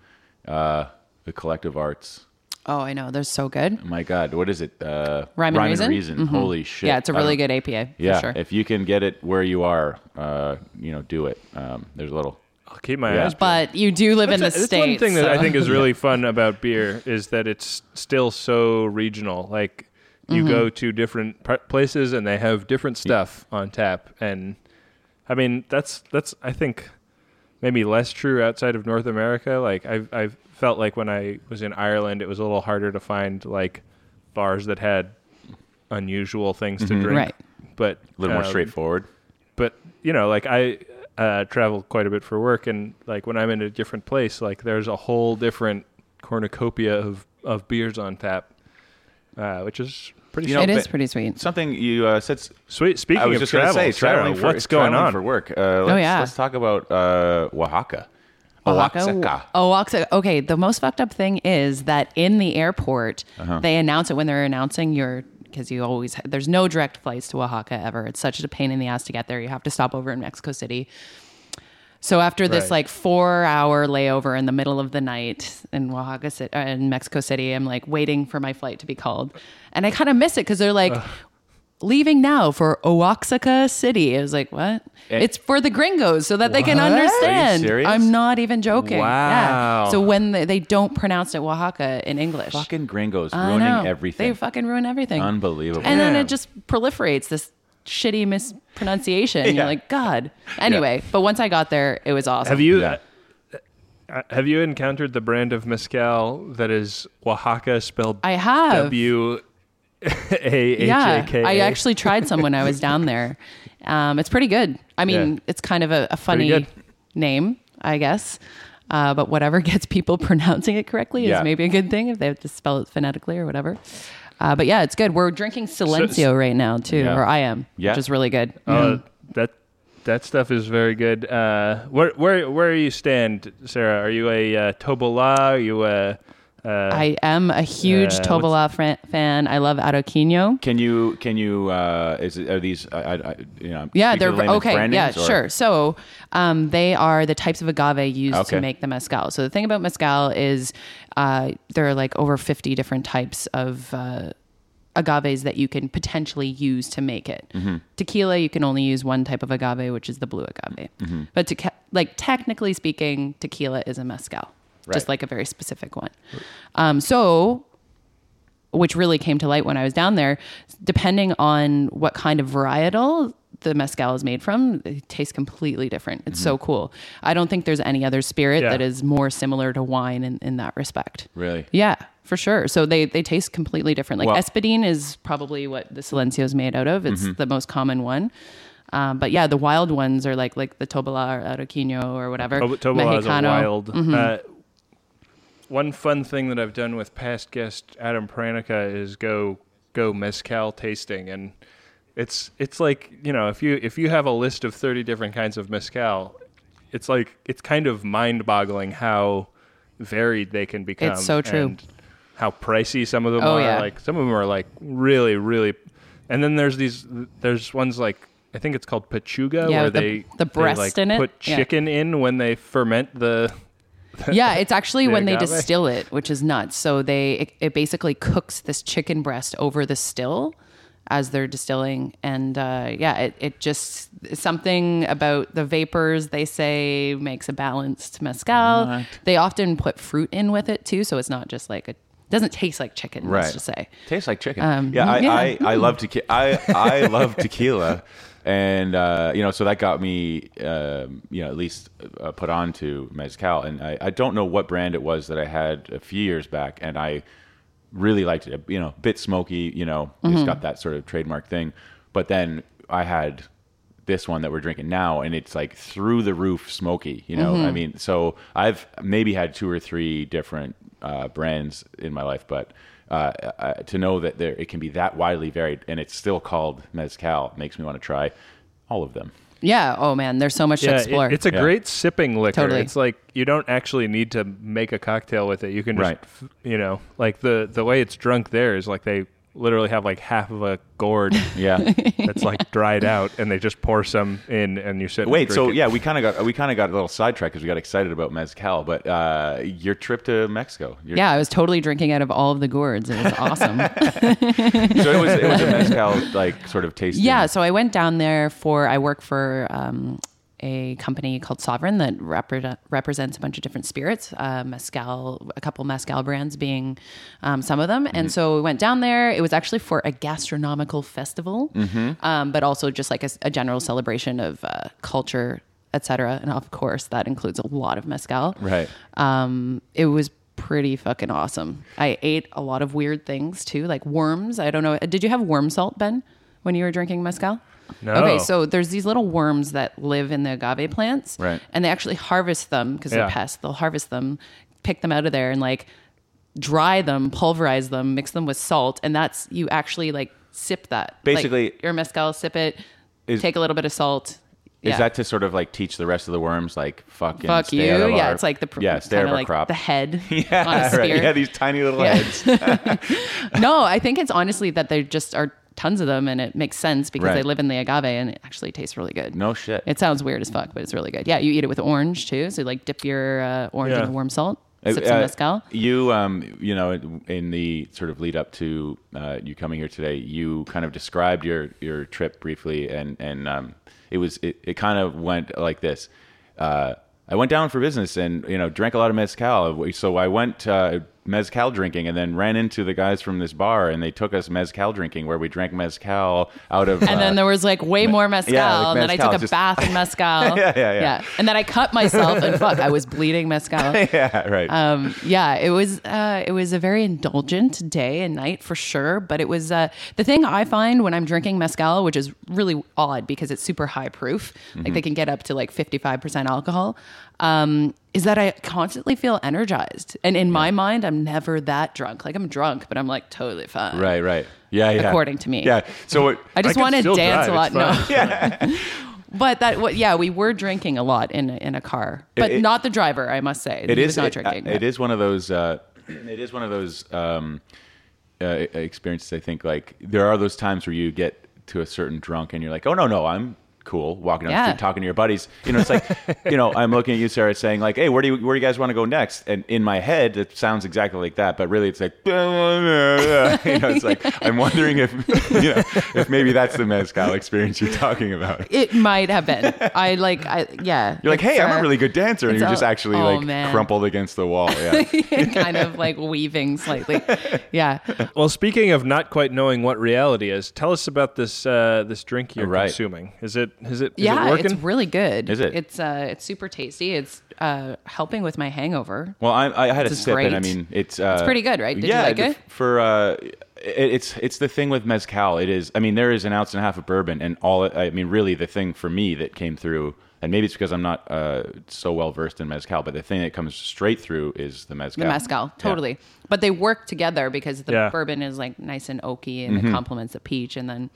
A: uh, the Collective Arts.
C: Oh, I know. They're so good.
A: Oh My God, what is it? Uh,
C: Rhyme and Reason? Mm-hmm.
A: Holy shit!
C: Yeah, it's a
A: I
C: really
A: don't-
C: good APA. For
A: Yeah,
C: sure.
A: if you can get it where you are, uh, you know, do it. Um, there's a little.
B: I'll keep my
A: Yeah.
B: eyes.
C: but you do live in the
B: That's a- that's
C: states.
B: one thing that I
C: so-
B: think is really fun about beer is that it's still so regional. Like you go
C: Mm-hmm.
B: to different pr- places and they have different stuff on tap, and I mean that's that's I think maybe less true outside of North America. Like I've I've felt like when I was in Ireland, it was a little harder to find like bars that had unusual things to drink.
C: Right.
B: But
A: Mm-hmm. A little more
B: um,
A: straightforward.
B: but you know like i uh, travel quite a bit for work and like when i'm in a different place like there's a whole different cornucopia of, of beers on tap uh, which is pretty
A: You know,
C: it is
A: but-
C: pretty sweet.
A: Something you uh, said. s-
B: sweet speaking
A: I was
B: of
A: just
B: travel
A: gonna say,
B: Sarah,
A: traveling. for,
B: what's going
A: traveling
B: on
A: for work? Uh, let's,
C: Oh, yeah.
A: Let's talk about uh, Oaxaca. Oaxaca.
C: Oh, Oaxaca. Okay, the most fucked up thing is that in the airport, they announce it when they're announcing your because you always ha- there's no direct flights to Oaxaca ever. It's such a pain in the ass to get there. You have to stop over in Mexico City. So after this
B: Right.
C: like four hour layover in the middle of the night in Oaxaca City, uh, in Mexico City, I'm like waiting for my flight to be called, and I kind of miss it because they're like. Leaving now for Oaxaca City. I was like, what?
A: And-
C: it's for the gringos so that they can
B: What? Are you
C: understand.
A: serious?
C: I'm not even joking.
B: Wow.
C: Yeah. So when they, they don't pronounce it Oaxaca in English,
A: Fucking gringos
C: I
A: ruining
C: know.
A: everything.
C: They fucking ruin everything.
A: Unbelievable.
C: and then
B: Damn.
C: it just proliferates this shitty mispronunciation.
A: Yeah.
C: You're like, God. Anyway, but once I got there, it was awesome.
B: have you
A: Yeah.
B: uh, have you encountered the brand of mezcal that is oaxaca spelled
C: I have.
B: w A
C: yeah,
B: H A K A.
C: I actually tried some when I was down there. Um, it's pretty good. I mean,
B: Yeah.
C: it's kind of a, a
B: good.
C: funny name, I guess. Uh, but whatever gets people pronouncing it correctly
A: Yeah.
C: is maybe a good thing if they have to spell it phonetically or whatever. Uh, but yeah, it's good. We're drinking Silencio right now too,
A: Yeah.
C: or I am,
A: Yeah.
C: which is really good.
B: Uh, that that stuff is very good. Uh, where where where you stand, Sarah? Are you a uh, Tobola? Are you a uh,
C: I am a huge
B: Uh,
C: Tobola fran- fan. I love Aroquino.
A: Can you can you uh, is it, are these I, I, I- you know
C: Yeah,
A: speak to
C: they're
A: the layman's
C: okay.
A: brand
C: yeah,
A: names, or-
C: sure. So um, they are the types of agave used
A: Okay.
C: to make the mezcal. So the thing about mezcal is uh, there are like over 50 different types of. Uh, Agaves that you can potentially use to make it.
A: Mm-hmm.
C: Tequila, you can only use one type of agave, which is the blue agave.
A: Mm-hmm.
C: But to, like technically speaking, tequila is a mezcal,
A: Right.
C: just like a very specific one. Um, so which really came to light when I was down there, depending on what kind of varietal the mezcal is made from, it tastes completely different. It's so cool. I don't think there's any other spirit
B: Mm-hmm. Yeah.
C: that is more similar to wine in, in that respect.
A: Really?
C: Yeah, for sure. So they, they taste completely different. Like
A: Well-
C: Espadine is probably what the Silencio is made out of. It's
B: Mm-hmm.
C: the most common one. Um, but yeah, the wild ones are like like the Tobola or Aroquino or whatever.
B: Tob- Tobola is a
C: Mexicano. Mm-hmm.
B: wild. Uh, one fun thing that I've done with past guest Adam Pranica is go go mezcal tasting, and it's it's like you know if you if you have a list of thirty different kinds of mezcal, it's like it's kind of mind boggling how varied they can become.
C: so true.
B: And how pricey some of them
C: Oh,
B: are.
C: yeah.
B: Like some of them are like really really, and then there's these there's ones like. I think it's called Pachuga,
C: Yeah,
B: where
C: with the-
B: they they,
C: the breast
B: like,
C: in it.
B: put
C: Yeah.
B: chicken in when they ferment the
C: yeah, it's actually
B: The
C: when they
B: agave.
C: distill it, which is nuts. So they it, it basically cooks this chicken breast over the still as they're distilling, and uh, yeah, it, it just something about the vapors they say makes a balanced mezcal. They often put fruit in with it too, so it's not just like a doesn't taste like chicken.
A: Right.
C: Let's just say.
A: Tastes like chicken.
C: Um,
A: yeah, I,
C: yeah.
A: I, I love tequila. I, I love tequila, and uh, you know, so that got me, um, you know, at least uh, put on to mezcal. And I, I don't know what brand it was that I had a few years back, and I really liked it. You know, bit smoky. You know, it's got that sort of trademark thing. But then I had this one that we're drinking now and it's like through the roof smoky you know i mean so i've maybe had two or three different uh, brands in my life but uh, uh, to know that there it can be that widely varied and it's still called mezcal makes me want to try all of them
C: Yeah. Oh man, there's so much to
B: it-
C: explore.
B: it's a
A: Yeah.
B: great sipping liquor.
C: Totally.
B: It's like you don't actually need to make a cocktail with it. You can just,
A: Right.
B: f- you know, like the the way it's drunk there is like they literally have like half of a gourd
A: yeah
B: that's like dried out, and they just pour some in, and you sit. and
A: wait
B: drink
A: so
B: it.
A: yeah we kind of got we kind of got a little sidetracked because we got excited about mezcal but uh, your trip to mexico your,
C: yeah, I was totally drinking out of all of the gourds. It was awesome.
A: so it was it was a mezcal like sort of tasting
C: Yeah, so I went down there for I work for um, a company called Sovereign that repre- represents a bunch of different spirits, uh, mezcal, a couple mezcal brands being um, some of them. And so we went down there. It was actually for a gastronomical festival, um, but also just like a, s- a general celebration of uh, culture, etc. And of course, that includes a lot of mezcal.
A: right
C: Um, it was pretty fucking awesome. I ate a lot of weird things too, like worms. I don't know. Did you have worm salt, Ben, when you were drinking mezcal?
B: No.
C: Okay, so there's these little worms that live in the agave plants,
A: Right.
C: And they actually harvest them because
B: Yeah.
C: they're pests. They'll harvest them, pick them out of there, and like dry them, pulverize them, mix them with salt, and that's you actually like sip that. Like,
A: Basically-
C: your mezcal, sip it,
A: Is-
C: take a little bit of salt.
A: Is that to sort of like teach the rest of the worms like fucking
C: fuck
A: stay
C: you?
A: out of
C: Yeah,
A: our-
C: it's like the pr-
A: yeah stay out of
C: kind of
A: our
C: like
A: crop
C: the head
A: yeah,
C: on a
A: right.
C: spear.
A: yeah these tiny little
C: Yeah.
A: heads
C: no, I think it's honestly that there just are tons of them and it makes sense because
A: Right.
C: they live in the agave and it actually tastes really good.
A: no shit
C: It sounds weird as fuck, but it's really good. Yeah, you eat it with orange too. So like dip your uh, orange
B: Yeah.
C: in the warm salt,
A: Uh,
C: sip some
A: uh,
C: mezcal.
A: You, um, you know, in- in the sort of lead up to uh, you coming here today, you kind of described your your trip briefly, and and um, it was it, it kind of went like this. Uh, I went down for business, and you know, drank a lot of mezcal. So I went uh, mezcal drinking and then ran into the guys from this bar and they took us mezcal drinking where we drank mezcal out of.
C: And then there was like way more
A: uh,
C: mezcal,
A: yeah, like
C: and then I
A: mezcal,
C: took a
A: just-
C: bath in mezcal.
A: Yeah, yeah, yeah.
C: And then I cut myself, and fuck, I was bleeding mezcal.
A: yeah, right.
C: Um, yeah, it was uh, it was a very indulgent day and night for sure. But it was uh, the thing I find when I'm drinking mezcal, which is really odd because it's super high proof.
A: Mm-hmm.
C: Like they can get up to like 55 percent alcohol. Um, is that I constantly feel energized, and in my mind, I'm never that drunk. Like I'm drunk, but I'm like totally fine.
A: right, right. Yeah, yeah.
C: According to me.
A: Yeah. So it,
C: I just
B: can
C: want to
B: still
C: dance
B: drive,
C: a lot.
B: it's
C: No.
B: fine.
C: But that, what, yeah, we were drinking a lot in a, in a car, but
A: it-
C: not the driver. I must say,
A: it
C: he
A: is
C: was not
A: it- uh,
C: drinking.
A: it is one of those. Uh, it is one of those um, uh, experiences. I think like there are those times where you get to a certain drunk and you're like, oh no no I'm cool walking down
C: Yeah.
A: the street talking to your buddies. You know it's like you know I'm looking at you Sarah saying like, hey where do you where do you guys want to go next? And in my head it sounds exactly like that, but really it's like you know it's like I'm wondering if you know if maybe that's the mezcal experience you're talking about.
C: It might have been. I like. I yeah.
A: You're like,
C: It's,
A: hey, I'm
C: uh,
A: a really good dancer, and
C: it's
A: you're just
C: all-
A: actually
C: oh,
A: like
C: man.
A: crumpled against the wall. Yeah.
C: kind of like weaving slightly. Yeah.
B: Well, speaking of not quite knowing what reality is, tell us about this uh, this drink you're
A: Right.
B: consuming. Is it is it is
C: yeah,
B: it working?
C: it's really good.
A: Is it?
C: It's uh, it's super tasty. It's uh, helping with my hangover.
A: Well, I, I had a
C: This is
A: sip, and I
C: great.
A: mean, it's uh,
C: It's pretty good, right? Did you
A: yeah,
C: like
A: the-
C: it?
A: For uh, it, it's it's the thing with mezcal. It is. I mean, there is an ounce and a half of bourbon, and all. it- I mean, really, the thing for me that came through, and maybe it's because I'm not uh, so well versed in mezcal, but the thing that comes straight through is the mezcal.
C: The mezcal,
A: Yeah.
C: totally. But they work together because the
B: Yeah.
C: bourbon is like nice and oaky and
A: Mm-hmm.
C: it complements the peach, and then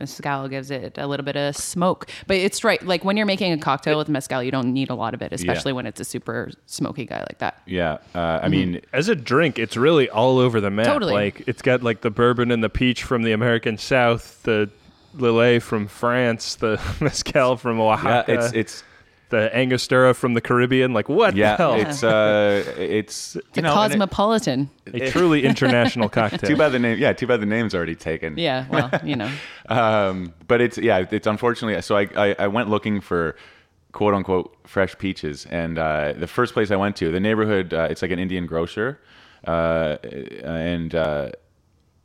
C: mezcal gives it a little bit of smoke. But it's right, like when you're making a cocktail with mezcal, you don't need a lot of it, especially when it's a super smoky guy like that.
A: Yeah. Uh, I mean,
B: As a drink, it's really all over the map.
C: Totally.
B: Like it's got like the bourbon and the peach from the American South, the Lillet from France, the mezcal from
A: yeah,
B: Oaxaca,
A: uh, it's it's
B: the Angostura from the Caribbean. Like what the
A: yeah,
B: hell?
A: it's uh, it's
C: It's a
A: you know, and it-
C: cosmopolitan.
B: a truly international cocktail.
A: Too bad the name. Yeah, too bad the name's already taken.
C: yeah, well, you know.
A: um, but it's yeah, it's unfortunately. So I, I I went looking for quote unquote fresh peaches, and uh, the first place I went to, the neighborhood, uh, it's like an Indian grocer, uh, and. Uh,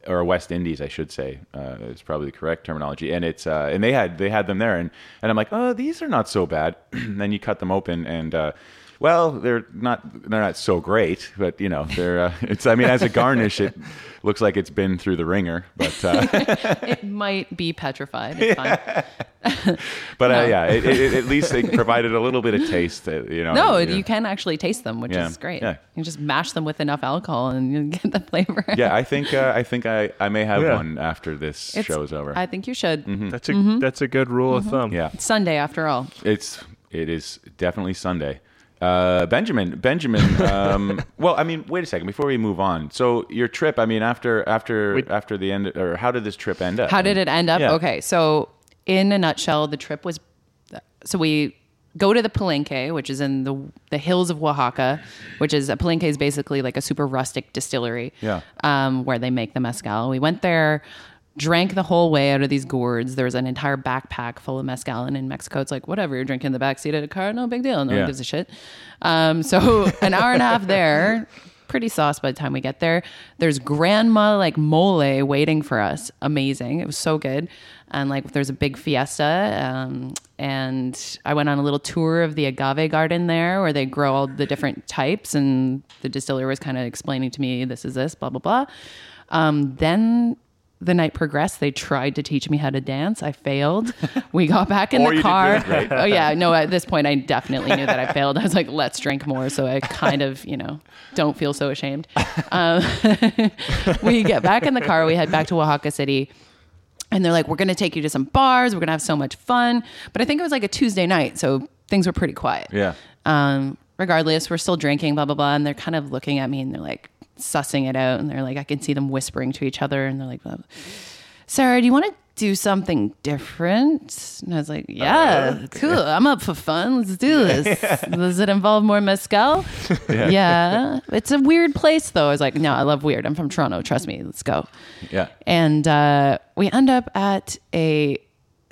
A: or West Indies, I should say, uh, is probably the correct terminology. And it's uh, and they had they had them there, and and I'm like, oh, these are not so bad. and then you cut them open, and uh, well, they're not they're not so great, but you know, they're uh, it's. I mean, as a garnish, it looks like it's been through the ringer, but uh,
C: it might be petrified. It's fine.
A: But uh,
C: No.
A: yeah, it, it, it- at least they provided a little bit of taste. uh, You know,
C: No,
A: and,
C: you can actually taste them, which
A: Yeah.
C: is great.
A: Yeah.
C: You just mash them with enough alcohol and you get the flavor.
A: Yeah, I think uh, I think I, I may have
B: Yeah.
A: one after this
C: It's-
A: show's over. Mm-hmm.
C: I think you should.
B: That's a
C: Mm-hmm.
B: that's a good rule of thumb.
A: yeah,
C: It's Sunday, after all.
A: it's it is definitely Sunday. Uh, Benjamin, Benjamin. Um, well, I mean, wait a second before we move on. So your trip, I mean, after after after the end, or how did this trip end up?
C: How did it end up?
A: Yeah.
C: Okay, so in a nutshell, the trip was so we go to the Palenque, which is in the the hills of Oaxaca, which is a Palenque is basically like a super rustic distillery.
A: Yeah.
C: um, where they make the mezcal. We went there, drank the whole way out of these gourds. There was an entire backpack full of mezcal, and in Mexico, it's like whatever you're drinking in the backseat of a car, no big deal, no
A: Yeah.
C: one gives a shit. Um, so an hour and a half there. Pretty sauce by the time we get there. There's grandma like mole waiting for us. Amazing. It was so good. And like there's a big fiesta. Um, and I went on a little tour of the agave garden there where they grow all the different types. And the distiller was kind of explaining to me, this is this, blah, blah, blah. Um, then the night progressed. They tried to teach me how to dance. I failed. We got back in
A: Or
C: the
A: you did
C: car.
A: really great.
C: Oh yeah, no. At this point, I definitely knew that I failed. I was like, "Let's drink more," so I kind of, you know, don't feel so ashamed. Um, we get back in the car. We head back to Oaxaca City. And they're like, we're going to take you to some bars. We're going to have so much fun. But I think it was like a Tuesday night. So things were pretty quiet
A: Yeah,
C: um, regardless, we're still drinking, blah, blah, blah. And they're kind of looking at me and they're like sussing it out. And they're like, I can see them whispering to each other. And they're like, blah, blah. Sarah, do you want to do something different? And I was like, Uh, yeah, cool. I'm up for fun. Let's do this. Does it involve more mezcal? Yeah. It's a weird place, though. I was like, no, I love weird. I'm from Toronto. Trust me. Let's go.
A: yeah.
C: And uh, we end up at a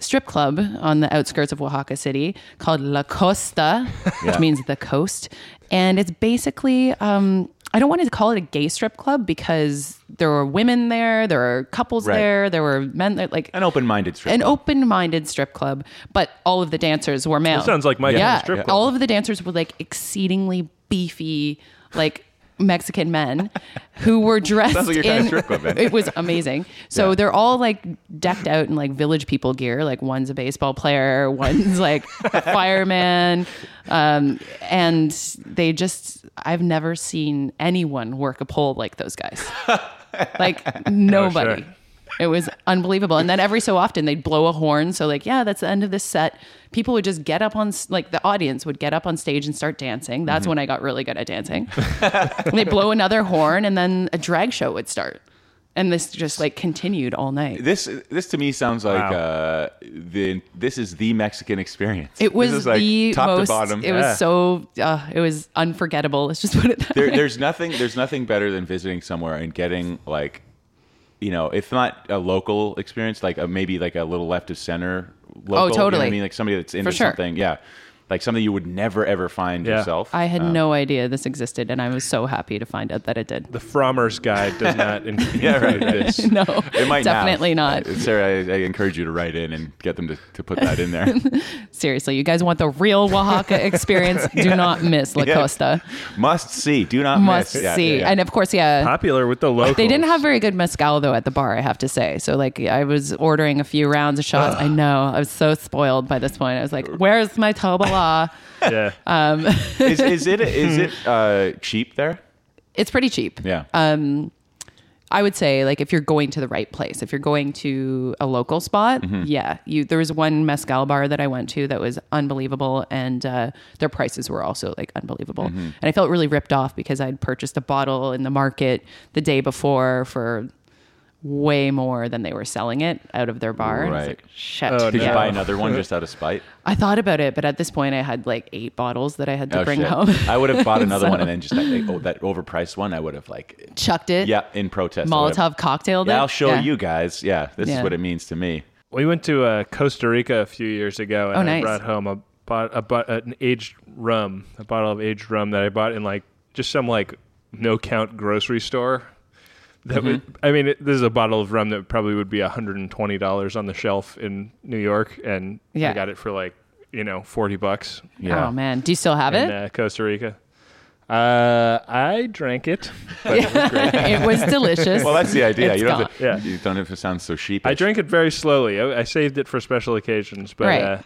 C: strip club on the outskirts of Oaxaca City called La Costa, which means the coast. And it's basically, um, I don't want to call it a gay strip club because there were women there, there were couples
A: Right.
C: there, there were men there, like
A: An open-minded strip.
C: an
A: club.
C: open-minded strip club, but all of the dancers were male.
B: sounds like my kind of
C: yeah.
B: strip club.
C: All of the dancers were like exceedingly beefy, like Mexican men who were dressed
A: Sounds like your
C: in.
A: kind of strip club, man.
C: it was amazing. So
A: Yeah.
C: they're all like decked out in like village people gear. Like one's a baseball player, one's like a fireman, um, and they just. I've never seen anyone work a pole like those guys. Like nobody. It was unbelievable. And then every so often they'd blow a horn. So like, yeah, that's the end of this set. People would just get up on s- like the audience would get up on stage and start dancing.
A: Mm-hmm.
C: That's when I got really good at dancing. they blow another horn and then a drag show would start. And this just like continued all night.
A: This this to me sounds like
B: Wow.
A: uh, the this is the Mexican experience.
C: It was
A: this is like
C: the
A: top
C: most
A: to bottom.
C: it was so uh, it was unforgettable. Let's just put it that
A: there,
C: way.
A: there's nothing there's nothing better than visiting somewhere and getting like you know if not a local experience like a, maybe like a little left of center local you know what
C: Oh, totally.
A: i mean like somebody that's into
C: sure.
A: something yeah like something you would never ever find
B: Yeah.
A: yourself
C: I had no idea this existed and I was so happy to find out that it did.
B: The Frommer's Guide does not include
A: Yeah, right.
B: this.
C: No.
A: it might
C: definitely
A: now.
C: not.
A: sarah I, I encourage you to write in and get them to, to put that in there
C: Seriously, you guys want the real Oaxaca experience? Do not miss La
A: Yeah.
C: Costa.
A: must see do not
C: Must
A: miss. Yeah,
C: see.
A: yeah, yeah.
C: And of course, yeah.
B: Popular with the locals.
C: They didn't have very good mezcal though at the bar, I have to say. So like, I was ordering a few rounds of shots. I know I was so spoiled by this point. I was like, "Where's my tabla?"
B: Yeah.
A: is, is it is it uh, cheap there
C: it's pretty cheap.
A: yeah
C: I would say like if you're going to the right place, if you're going to a local spot,
A: Mm-hmm.
C: yeah, you there was one mezcal bar that I went to that was unbelievable and uh, their prices were also like unbelievable.
A: Mm-hmm.
C: And I felt really ripped off because I'd purchased a bottle in the market the day before for way more than they were selling it out of their bar. And I was
A: Right.
C: like, shit.
B: Oh,
A: did
B: Yeah.
A: you buy another one just out of spite
C: I thought about it, but at this point I had like eight bottles that I had to
A: Oh,
C: bring
A: shit.
C: home.
A: I would have bought another
C: So-
A: one and then just like, oh, that overpriced one. I would have like,
C: Chucked it.
A: yeah, in protest. I would have-
C: Molotov cocktailed
A: Yeah,
C: it.
A: I'll show
C: Yeah. Oh,
A: you guys. Yeah, this
C: Yeah.
A: is what it means to me.
B: We went to uh, Costa Rica a few years ago, and
C: Oh,
B: I
C: nice.
B: brought home a, bot- a, bo- an aged rum, a bottle of aged rum that I bought in like just some like no count grocery store. That
C: Mm-hmm.
B: would, I mean, it, this is a bottle of rum that probably would be hundred and twenty dollars on the shelf in New York, and
C: Yeah.
B: I got it for like you know forty bucks
A: Yeah.
C: Oh man. Do you still have
B: in
C: it?
B: uh, Costa Rica. Uh, I drank it. But it was great.
C: it was delicious.
A: Well, that's the idea.
C: It's
A: you don't. Have to,
B: gone. Yeah.
A: You don't have to sound so sheepish.
B: I drank it very slowly. I, I saved it for special occasions, but
C: Right.
B: uh,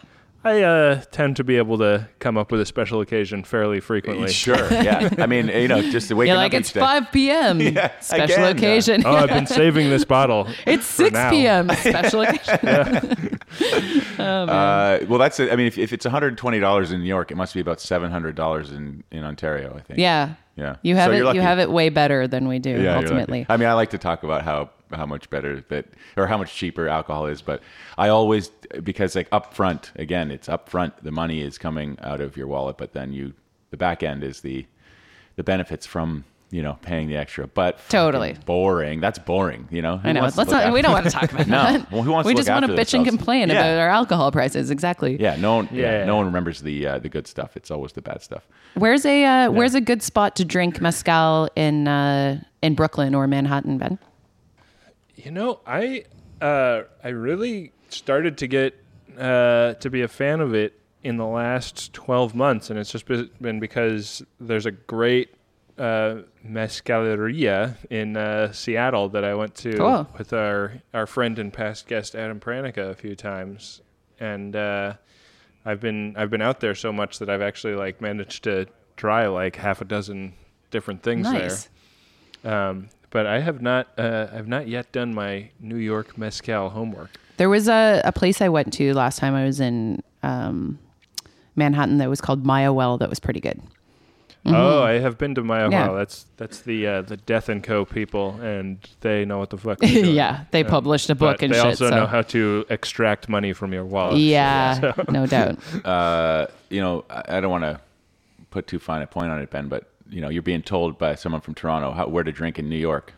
B: I uh, tend to be able to come up with a special occasion fairly frequently.
A: Sure. Yeah. I mean, you know, just to wake
C: You're
A: up
C: like,
A: each
C: it's
A: day.
C: 5 p.m. special
A: again, yeah.
C: occasion.
B: oh, I've been saving this bottle.
C: it's
B: for
C: 6
B: now.
C: p.m. special occasion.
A: Uh, well, that's. It. I mean, if, if it's one hundred twenty dollars in New York, it must be about seven hundred dollars in in Ontario. I think.
C: Yeah.
A: Yeah.
C: You have
A: So you're
C: it.
A: lucky.
C: You have it way better than we do.
A: Yeah, you're lucky.
C: ultimately,
A: I mean, I like to talk about how how much better that or how much cheaper alcohol is, but I always because like up front again, it's up front. The money is coming out of your wallet, but then you the back end is the the benefits from you know paying the extra. But fucking
C: Totally.
A: boring. That's boring. You know. Who
C: I know.
A: wants
C: Let's
A: to look
C: not. We
A: after-
C: don't want to talk about
A: No.
C: that.
A: Well, who wants
C: we
A: to
C: just
A: look
C: want to
A: after
C: bitch and
A: themselves?
C: complain
A: Yeah.
C: about our alcohol prices. Exactly.
A: Yeah. No one. Yeah,
B: Yeah.
A: No one remembers the uh, the good stuff. It's always the bad stuff.
C: Where's a uh, Where's a good spot to drink mezcal in uh, in Brooklyn or Manhattan, Ben?
B: You know, I uh, I really started to get uh, to be a fan of it in the last twelve months, and it's just be- been because there's a great uh, mezcaleria in uh, Seattle that I went to
C: Cool.
B: with our our friend and past guest Adam Pranica a few times, and uh, I've been I've been out there so much that I've actually like managed to try like half a dozen different things there.
C: Nice.
B: Um, but I have not, uh, I've not yet done my New York mezcal homework.
C: There was a, a place I went to last time I was in um, Manhattan that was called Maya Well. That was pretty good.
B: Oh, I have been to Maya
C: Mm-hmm. Yeah.
B: Hall. That's that's the uh, the Death and Co. people, and they know what the fuck. They're doing. Um,
C: yeah, they published a book
B: but
C: and
B: they
C: shit.
B: also
C: so.
B: know how to extract money from your wallet.
C: Yeah, no doubt.
A: uh, you know, I, I don't want to put too fine a point on it, Ben, but you know, you're being told by someone from Toronto how, where to drink in New York.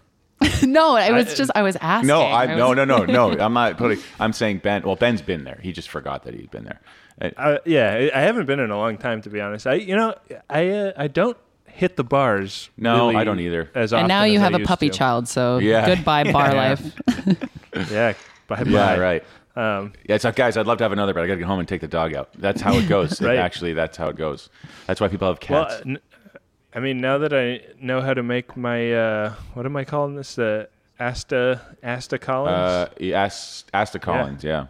C: no, I was just I was asking.
A: No, I, no,
C: was-
A: no, no, no. I'm not putting. I'm saying Ben. Well, Ben's been there. He just forgot that he's been there. Uh,
B: I, yeah, I I haven't been in a long time to be honest. I you know I uh, I don't hit the bars.
A: No,
B: really
A: I don't either.
B: As often
C: and now
B: as
C: you
B: I
C: have a
B: used
C: puppy
B: to.
C: child, so
A: Yeah.
C: goodbye bar life.
B: Yeah, bye
A: Yeah,
B: bye.
A: right.
B: Um,
A: Yeah, so guys, I'd love to have another, but I got to get home and take the dog out. That's how it goes.
B: Right.
A: Actually, that's how it goes. That's why people have
B: well,
A: cats.
B: n- I mean, now that I know how to make my uh, what am I calling this? The Asta Asta Collins.
A: uh, you asked Asta Collins. Yeah.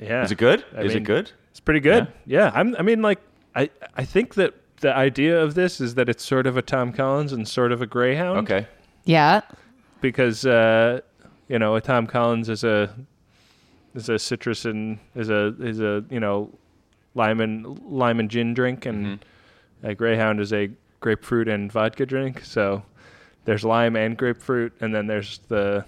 B: yeah,
A: Is it good?
B: I
A: Is
B: mean,
A: it good?
B: It's pretty good. Yeah, I'm, I mean, like, I, I think that the idea of this is that it's sort of a Tom Collins and sort of a Greyhound.
A: Okay.
C: yeah.
B: Because, uh, you know, a Tom Collins is a is a citrus and is a is a you know lime and lime and gin drink, and a Greyhound is a grapefruit and vodka drink. So there's lime and grapefruit, and then there's the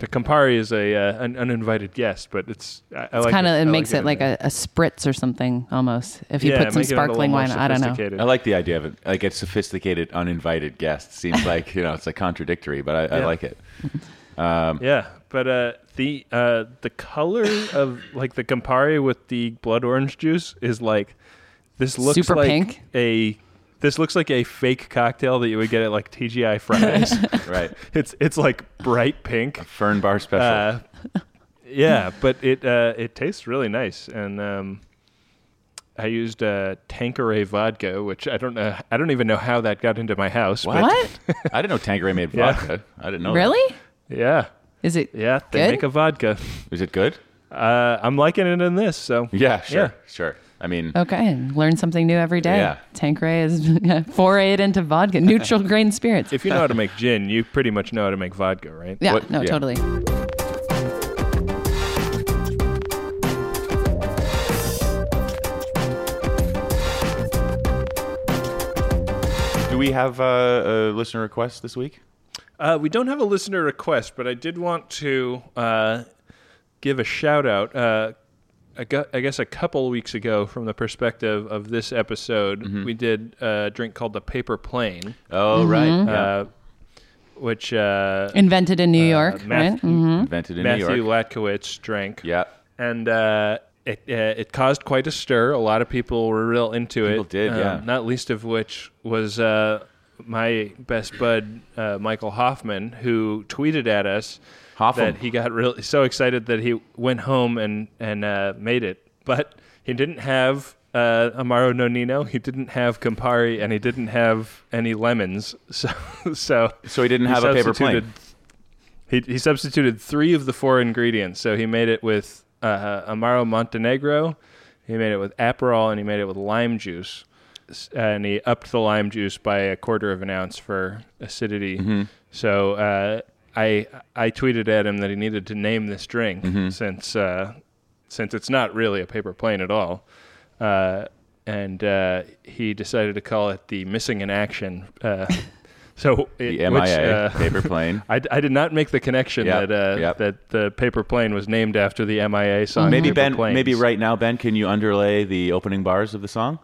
B: the Campari is a uh, an uninvited guest, but it's I, I
C: It's
B: like
C: kind of,
B: I
C: it makes
B: like
C: it like
B: in
C: a, a spritz or something almost. If you put some
B: make it a little
C: sparkling
B: more
C: wine, I don't know.
B: sophisticated.
A: I like the idea of it. Like it's sophisticated, uninvited guests. Seems like you know it's like contradictory, but I, I
B: Yeah.
A: like it. Um,
B: Yeah, but uh, the uh, the color of like the Campari with the blood orange juice is like this looks
C: Super
B: like
C: pink?
B: a this looks like a fake cocktail that you would get at like TGI Fridays.
A: Right.
B: it's it's like bright pink.
A: Fern Bar special.
B: Uh, yeah, but it uh, it tastes really nice, and um, I used uh, Tanqueray vodka, which I don't know. I don't even know how that got into my house. but-
C: What?
A: I didn't know Tanqueray made
B: Yeah.
A: vodka. I didn't know. that.
C: really?
B: Yeah,
C: Is it?
B: yeah. They
C: Good?
B: make a vodka.
A: Is it good?
B: Uh, I'm liking it in this, so
A: Yeah. Sure.
B: Yeah.
A: Sure. I mean,
C: Okay. Learn something new every day.
A: Yeah.
C: Tanqueray is forayed into vodka, neutral grain spirits.
B: if you know how to make gin, you pretty much know how to make vodka, right?
C: yeah,
A: what-
C: no,
A: yeah.
C: totally.
A: do we have uh, a listener request this week?
B: Uh, we don't have a listener request, but I did want to uh, give a shout out. Uh, I, gu- I guess a couple weeks ago, from the perspective of this episode,
A: Mm-hmm.
B: we did uh, a drink called the Paper Plane,
A: Oh, right. Yeah.
B: uh, which uh,
C: Invented in New York, right? Mm-hmm.
B: Matthew,
A: Invented in New
B: Matthew
A: York.
B: Latkowicz drank.
A: Yeah.
B: and uh, it uh, it caused quite a stir. A lot of people were real into it.
A: People did,
B: um,
A: yeah.
B: Not least of which was uh, my best bud uh, Michael Hoffman, who tweeted at us
A: Hoffman.
B: that he got really so excited that he went home and and uh, made it, but he didn't have. Uh, Amaro Nonino. He didn't have Campari, and he didn't have any lemons. So, so
A: So he didn't have a paper plane.
B: substituted- He, he substituted three of the four ingredients. So he made it with uh, Amaro Montenegro, he made it with Aperol, and he made it with lime juice. S- And he upped the lime juice by a quarter of an ounce for acidity.
A: Mm-hmm.
B: So uh, I I tweeted at him that he needed to name this drink
A: Mm-hmm.
B: since uh, since it's not really a paper plane at all. Uh, and uh, he decided to call it the missing in action. Uh, so it,
A: The
B: which,
A: MIA
B: uh,
A: paper plane.
B: I, I did not make the connection
A: Yep,
B: that uh,
A: yep.
B: that the paper plane was named after the MIA song.
A: Maybe
B: Paper
A: Ben.
B: Planes.
A: Maybe right now, Ben, can you underlay the opening bars of the song?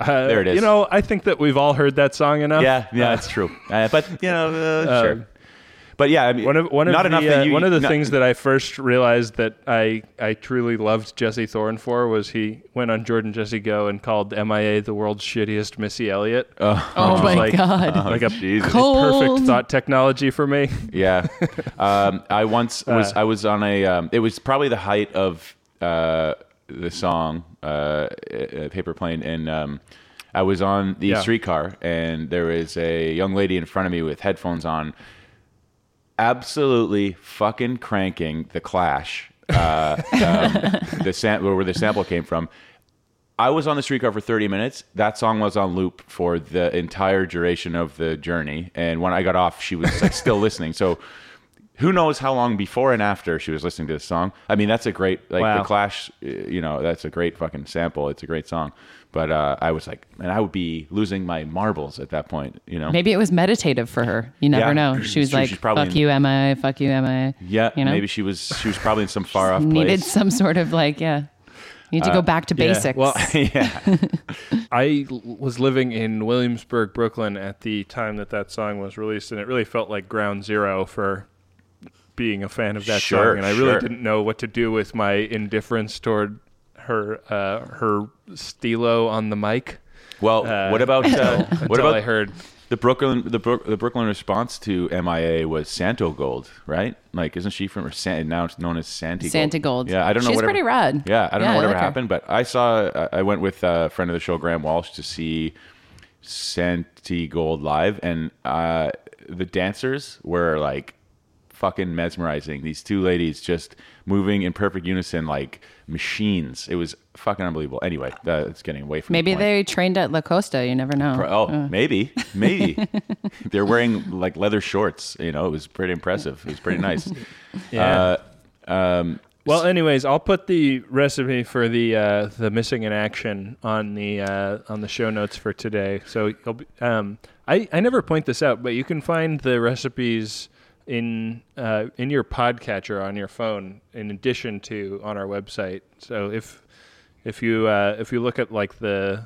B: Uh,
A: there it is.
B: You know, I think that we've all heard that song enough.
A: Yeah, yeah, that's true. Uh, but you know, uh, sure. But yeah, I mean,
B: One of one of
A: not
B: the,
A: enough that
B: uh,
A: you,
B: one of the
A: not-
B: things that I first realized that I I truly loved Jesse Thorne for was he went on Jordan Jesse Go and called MIA the world's shittiest Missy Elliott.
C: Oh
B: Which
C: my
B: was like-
C: God.
A: Oh,
B: like a
A: Jesus.
C: Cold.
B: Perfect thought technology for me.
A: Yeah, um, I once
B: Uh.
A: was I was on a. Um, it was probably the height of uh, the song uh, uh, "Paper Plane," and um, I was on the
B: Yeah.
A: streetcar, and there was a young lady in front of me with headphones on, absolutely fucking cranking the Clash. Uh, um, the sam- where the sample came from. I was on the streetcar for 30 minutes. That song was on loop for the entire duration of the journey. And when I got off, she was like, still listening. So who knows how long before and after she was listening to this song. I mean, that's a great, like
B: Wow.
A: the Clash, uh, you know, that's a great fucking sample. It's a great song. But uh, I was like, man, I would be losing my marbles at that point, you know?
C: Maybe it was meditative for her. You never
A: Yeah.
C: know. She was
A: She-
C: like,
A: she's probably
C: fuck
A: in-
C: you, MIA, fuck you, MIA.
A: Yeah,
C: You know?
A: maybe she was she was probably in some far off
C: Needed
A: place. Uh,
C: some sort of like, yeah. Need to go back to
B: yeah.
C: basics.
B: Well,
A: yeah,
B: I l- was living in Williamsburg, Brooklyn at the time that that song was released, and it really felt like ground zero for being a fan of that
A: Sure,
B: song. And I really
A: sure.
B: didn't know what to do with my indifference toward her uh, her stilo on the mic.
A: Well, what about uh, what
B: That's all
A: about
B: I heard.
A: the Brooklyn the, Brook the Brooklyn response to MIA was Santo Gold, right? Like, isn't she from or San, now it's known as Santi?
C: Santa Gold.
A: Yeah, I don't know.
C: She's
A: whatever-
C: pretty rad.
A: Yeah, I don't
C: Yeah, I
A: know whatever
C: like her.
A: happened, but I saw. I- I went with a friend of the show, Graham Walsh, to see Santi Gold live, and uh, the dancers were like fucking mesmerizing. These two ladies just moving in perfect unison like machines. It was fucking unbelievable. Anyway, uh, it's getting away from. the
C: Maybe
A: point.
C: they trained at La Costa. You never know.
A: Pro- Oh, maybe, maybe they're wearing like leather shorts. You know, it was pretty impressive. It was pretty nice.
B: Yeah.
A: Uh, um,
B: well, anyways, I'll put the recipe for the uh, the missing in action on the uh, on the show notes for today. So you'll be, um, I I never point this out, but you can find the recipes in uh, in your podcatcher on your phone, in addition to on our website. So if if you uh, if you look at like the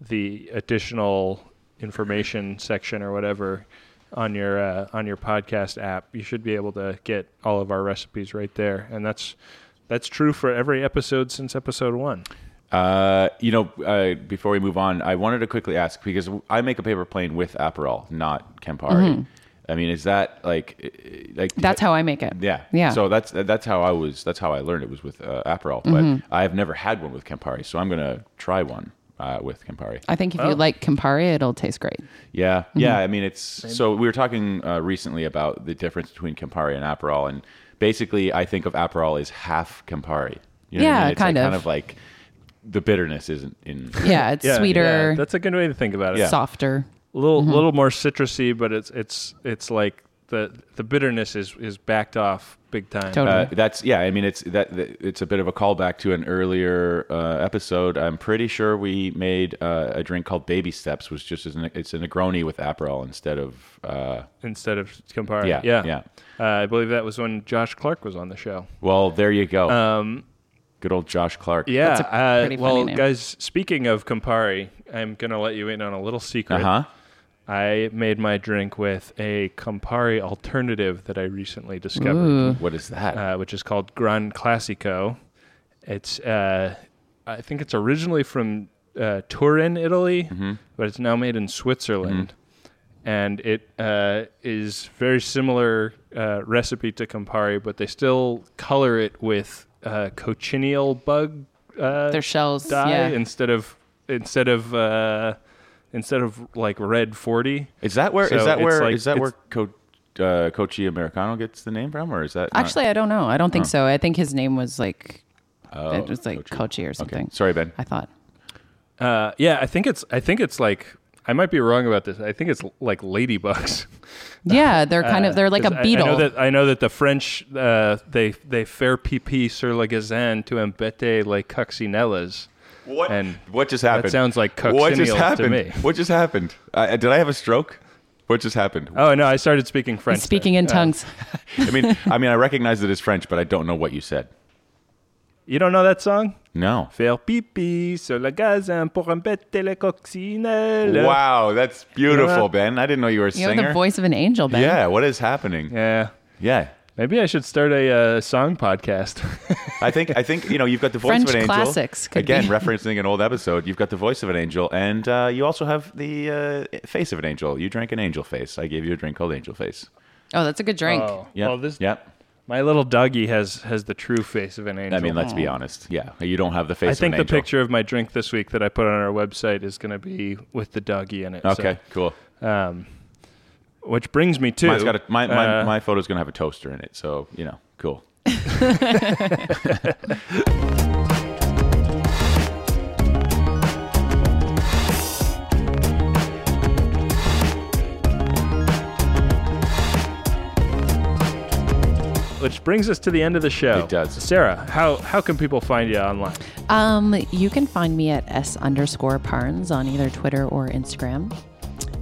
B: the additional information section or whatever on your uh, on your podcast app, you should be able to get all of our recipes right there, and that's that's true for every episode since episode one.
A: uh, you know, uh, before we move on, I wanted to quickly ask because I make a paper plane with Aperol, not Campari. I mean, is that like, eh, like
C: Mm-hmm. That's how I make it.
A: Yeah,
C: Yeah.
A: So that's that's how I was. That's how I learned it was with uh, Aperol. But
C: Mm-hmm.
A: I have never had one with Campari, so I'm gonna try one uh, with Campari.
C: I think if you like Campari, it'll taste great.
A: Yeah,
C: Mm-hmm.
A: yeah. I mean, it's so we were talking uh, recently about the difference between Campari and Aperol, and basically, I think of Aperol as half Campari. You know what I
C: Yeah,
A: mean? It's
C: kind
A: like,
C: of.
A: kind of like the bitterness isn't in.
C: Yeah, it's sweeter, Mm-hmm.
B: that's a good way to think about it.
A: Yeah.
C: softer.
B: A little little more citrusy, but it's it's it's like the the bitterness is is backed off big time.
A: Uh,
C: Totally.
A: that's yeah. I mean, it's that that- it's a bit of a callback to an earlier uh, episode. I'm pretty sure we made uh, a drink called Baby Steps, which just is an, it's a Negroni with Aperol instead of uh,
B: Instead of Campari,
A: Yeah,
B: yeah,
A: yeah.
B: Uh, I believe that was when Josh Clark was on the show.
A: Well, there you go. Um, Good old Josh Clark.
B: Uh, Yeah.
C: That's a
B: uh,
C: pretty funny
B: well,
C: name.
B: guys, speaking of Campari, I'm going to let you in on a little secret.
A: Uh huh.
B: I made my drink with a Campari alternative that I recently discovered,
C: Ooh.
A: What is that?
B: uh, which is called Gran Classico. It's, uh, I think it's originally from uh, Turin, Italy, but it's now made in Switzerland. And it uh, is very similar uh, recipe to Campari, but they still color it with uh, cochineal bug uh,
C: Their shells.
B: dye
C: yeah.
B: instead of instead of uh, instead of like red forty.
A: Is that where is
B: So
A: that
B: it's
A: where is
B: like-
A: that where
B: it's-
A: Co- uh, Cochi Americano gets the name from, or is that not-
C: Actually, I don't know. I don't think so. I think his name was like,
A: Oh,
C: it was like Kochi or
A: Okay.
C: something.
A: Sorry, Ben.
C: I thought.
B: Uh, yeah, I think it's I think it's like I might be wrong about this. I think it's like ladybugs.
C: Yeah, they're kind of they're like
B: Because Uh,
C: a
B: I-
C: beetle.
B: I, know that I know that the French uh, they they faire pipi sur la gazan to embêter les coccinelles.
A: What?
B: And
A: what just happened?
B: sounds like
A: what
B: coccineal
A: just
B: to
A: happened?
B: me.
A: What just happened? I I- did I have a stroke? What just happened?
B: Oh no, I started speaking French.
C: Speaking
B: then.
C: in tongues.
A: Uh, I mean, I mean, I recognize that it's French, but I don't know what you said.
B: Uh, You don't know that song?
A: No.
B: Faire pipi sur la gazan pour embêter les coccinelles.
A: Wow, that's beautiful,
B: Yeah.
A: Ben. I didn't know you were a
C: you
A: singer.
C: have the voice of an angel, Ben.
A: Yeah. What is happening?
B: Yeah.
A: Yeah.
B: Maybe I should start a uh, song podcast.
A: I think I think you know you've got the voice
C: French
A: of an angel.
C: classics could
A: Again,
C: be.
A: referencing an old episode, you've got the voice of an angel, and uh, you also have the uh, face of an angel. You drank an angel face. I gave you a drink called Angel Face.
C: Oh, that's a good drink.
B: Oh,
A: Yeah.
B: well, this
A: yep.
B: my little doggy has has the true face of an angel.
A: I mean, let's be honest. Yeah, you don't have the face.
B: Oh. I think
A: of an
B: the
A: angel.
B: picture of my drink this week that I put on our website is going to be with the doggy in it. so,
A: Okay, cool.
B: um, which brings me to
A: Mine's got a, my, my,
B: uh,
A: my photo's gonna have a toaster in it, so you know, cool.
B: which brings us to the end of the show.
A: It does.
B: Sarah, how how can people find you online?
C: Um, you can find me at s underscore Parnes on either Twitter or Instagram,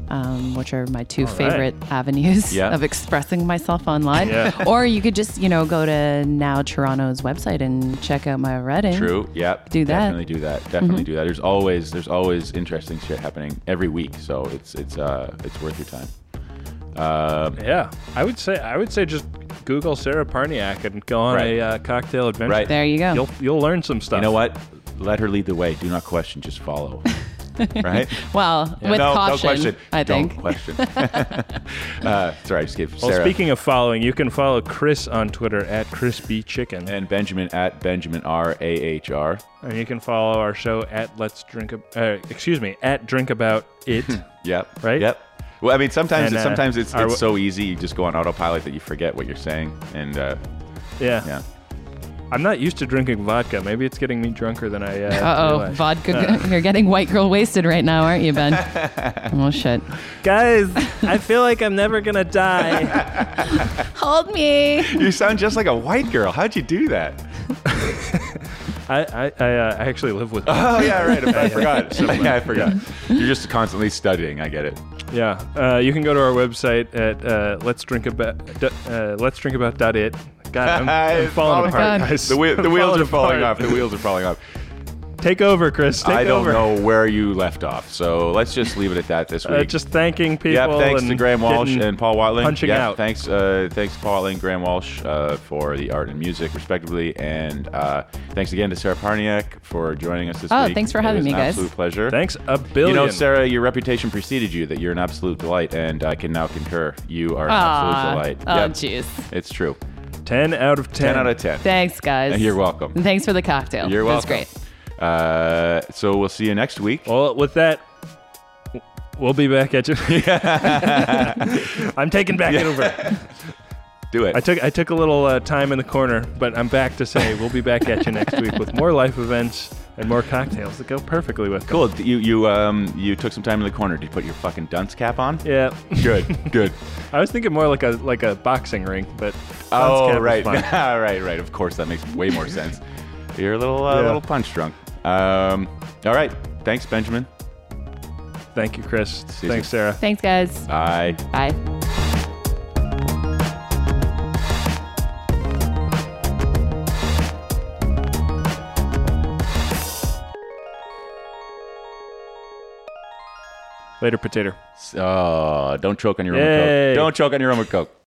C: um, which are my two
B: right.
C: favorite avenues
A: Yeah.
C: of expressing myself online.
B: Yeah.
C: or you could just you know go to Now Toronto's website and check out my Reddit.
A: True. Yep.
C: Do that. Mm-hmm.
A: Definitely do that. Definitely do that. There's always there's always interesting shit happening every week, so it's it's uh it's worth your time. Um,
B: Yeah, I would say I would say just Google Sarah Parniak and go on
A: Right.
B: a uh, cocktail adventure.
A: Right.
C: There you go.
B: You'll you'll learn some stuff.
A: You know what? Let her lead the way. Do not question, just follow. right?
C: Well, with
A: no,
C: caution,
A: no question.
C: I think.
A: Don't question. uh, sorry, I just gave
B: Well,
A: Sarah
B: speaking of following, you can follow Chris on Twitter at ChrisBChicken.
A: and Benjamin at Benjamin R A H R.
B: And you can follow our show at Let's Drink, Ab- uh, excuse me, at Drink About It.
A: Hmm. Yep.
B: Right?
A: Yep. Well, I mean, sometimes
B: And,
A: it's,
B: uh,
A: sometimes it's,
B: our-
A: it's so easy you just go on autopilot that you forget what you're saying, and uh,
B: yeah.
A: yeah.
B: I'm not used to drinking vodka. Maybe it's getting me drunker than I. Uh,
C: Uh oh,
B: realized.
C: vodka. You're getting white girl wasted right now, aren't you, Ben? oh, shit.
B: Guys, I feel like I'm never gonna die.
C: Hold me.
A: You sound just like a white girl. How'd you do that?
B: I I I, uh, I actually live with.
A: Oh yeah, right. I forgot. yeah, I forgot. You're just constantly studying. I get it.
B: Yeah, uh, you can go to our website at uh, let's drink about uh, let's drink about dot it. God, I'm, I'm
A: It's all
B: falling apart.
A: apart.
B: Guys.
A: Oh The, wheel, the
B: I'm
A: wheels are falling off.
B: apart.
A: The wheels are falling off.
B: Take over, Chris. Take
A: I don't
B: over.
A: know where you left off, so let's just leave it at that this week.
B: Uh, just thanking people.
A: yeah, thanks
B: and
A: to Graham Walsh
B: getting-
A: and Paul Watling.
B: punching
A: yeah,
B: out.
A: thanks, uh, thanks Paul Watling, Graham Walsh uh, for the art and music, respectively, and uh, thanks again to Sarah Parniak for joining us this
C: Oh,
A: week.
C: thanks for
A: It
C: having
A: was
C: me,
A: an
C: guys.
A: Absolute pleasure.
B: Thanks a
A: You
B: billion.
A: know, Sarah, your reputation preceded you. That you're an absolute delight, and I can now concur. You are an
C: Aw.
A: absolute delight.
C: Oh,
A: Yep.
C: jeez.
A: It's true.
B: ten out of
A: 10
B: ten.
A: out of 10.
C: Thanks, guys.
A: You're welcome.
C: And Thanks for the cocktail.
A: You're welcome.
C: That's great.
A: Uh, so we'll see you next week.
B: Well, with that, w- we'll be back at you. I'm taking back over.
A: Do it.
B: I took I took a little uh, time in the corner, but I'm back to say we'll be back at you next week with more life events and more cocktails that go perfectly with.
A: cool. You you um you took some time in the corner. Did you put your fucking dunce cap on?
B: Yeah.
A: Good. Good.
B: I was thinking more like a like a boxing ring, but Hans Cap
A: oh
B: is
A: right.
B: fine.
A: right. Right. Of course that makes way more sense. You're a little uh,
B: Yeah.
A: little punch drunk. Um. All right. Thanks, Benjamin.
B: Thank you, Chris.
A: you.
B: Thanks, Sarah.
C: Thanks, guys.
A: Bye.
C: Bye.
B: Later, potato.
A: Oh, don't choke on your own
B: Yay.
A: oh, coke. Don't choke on your own coke.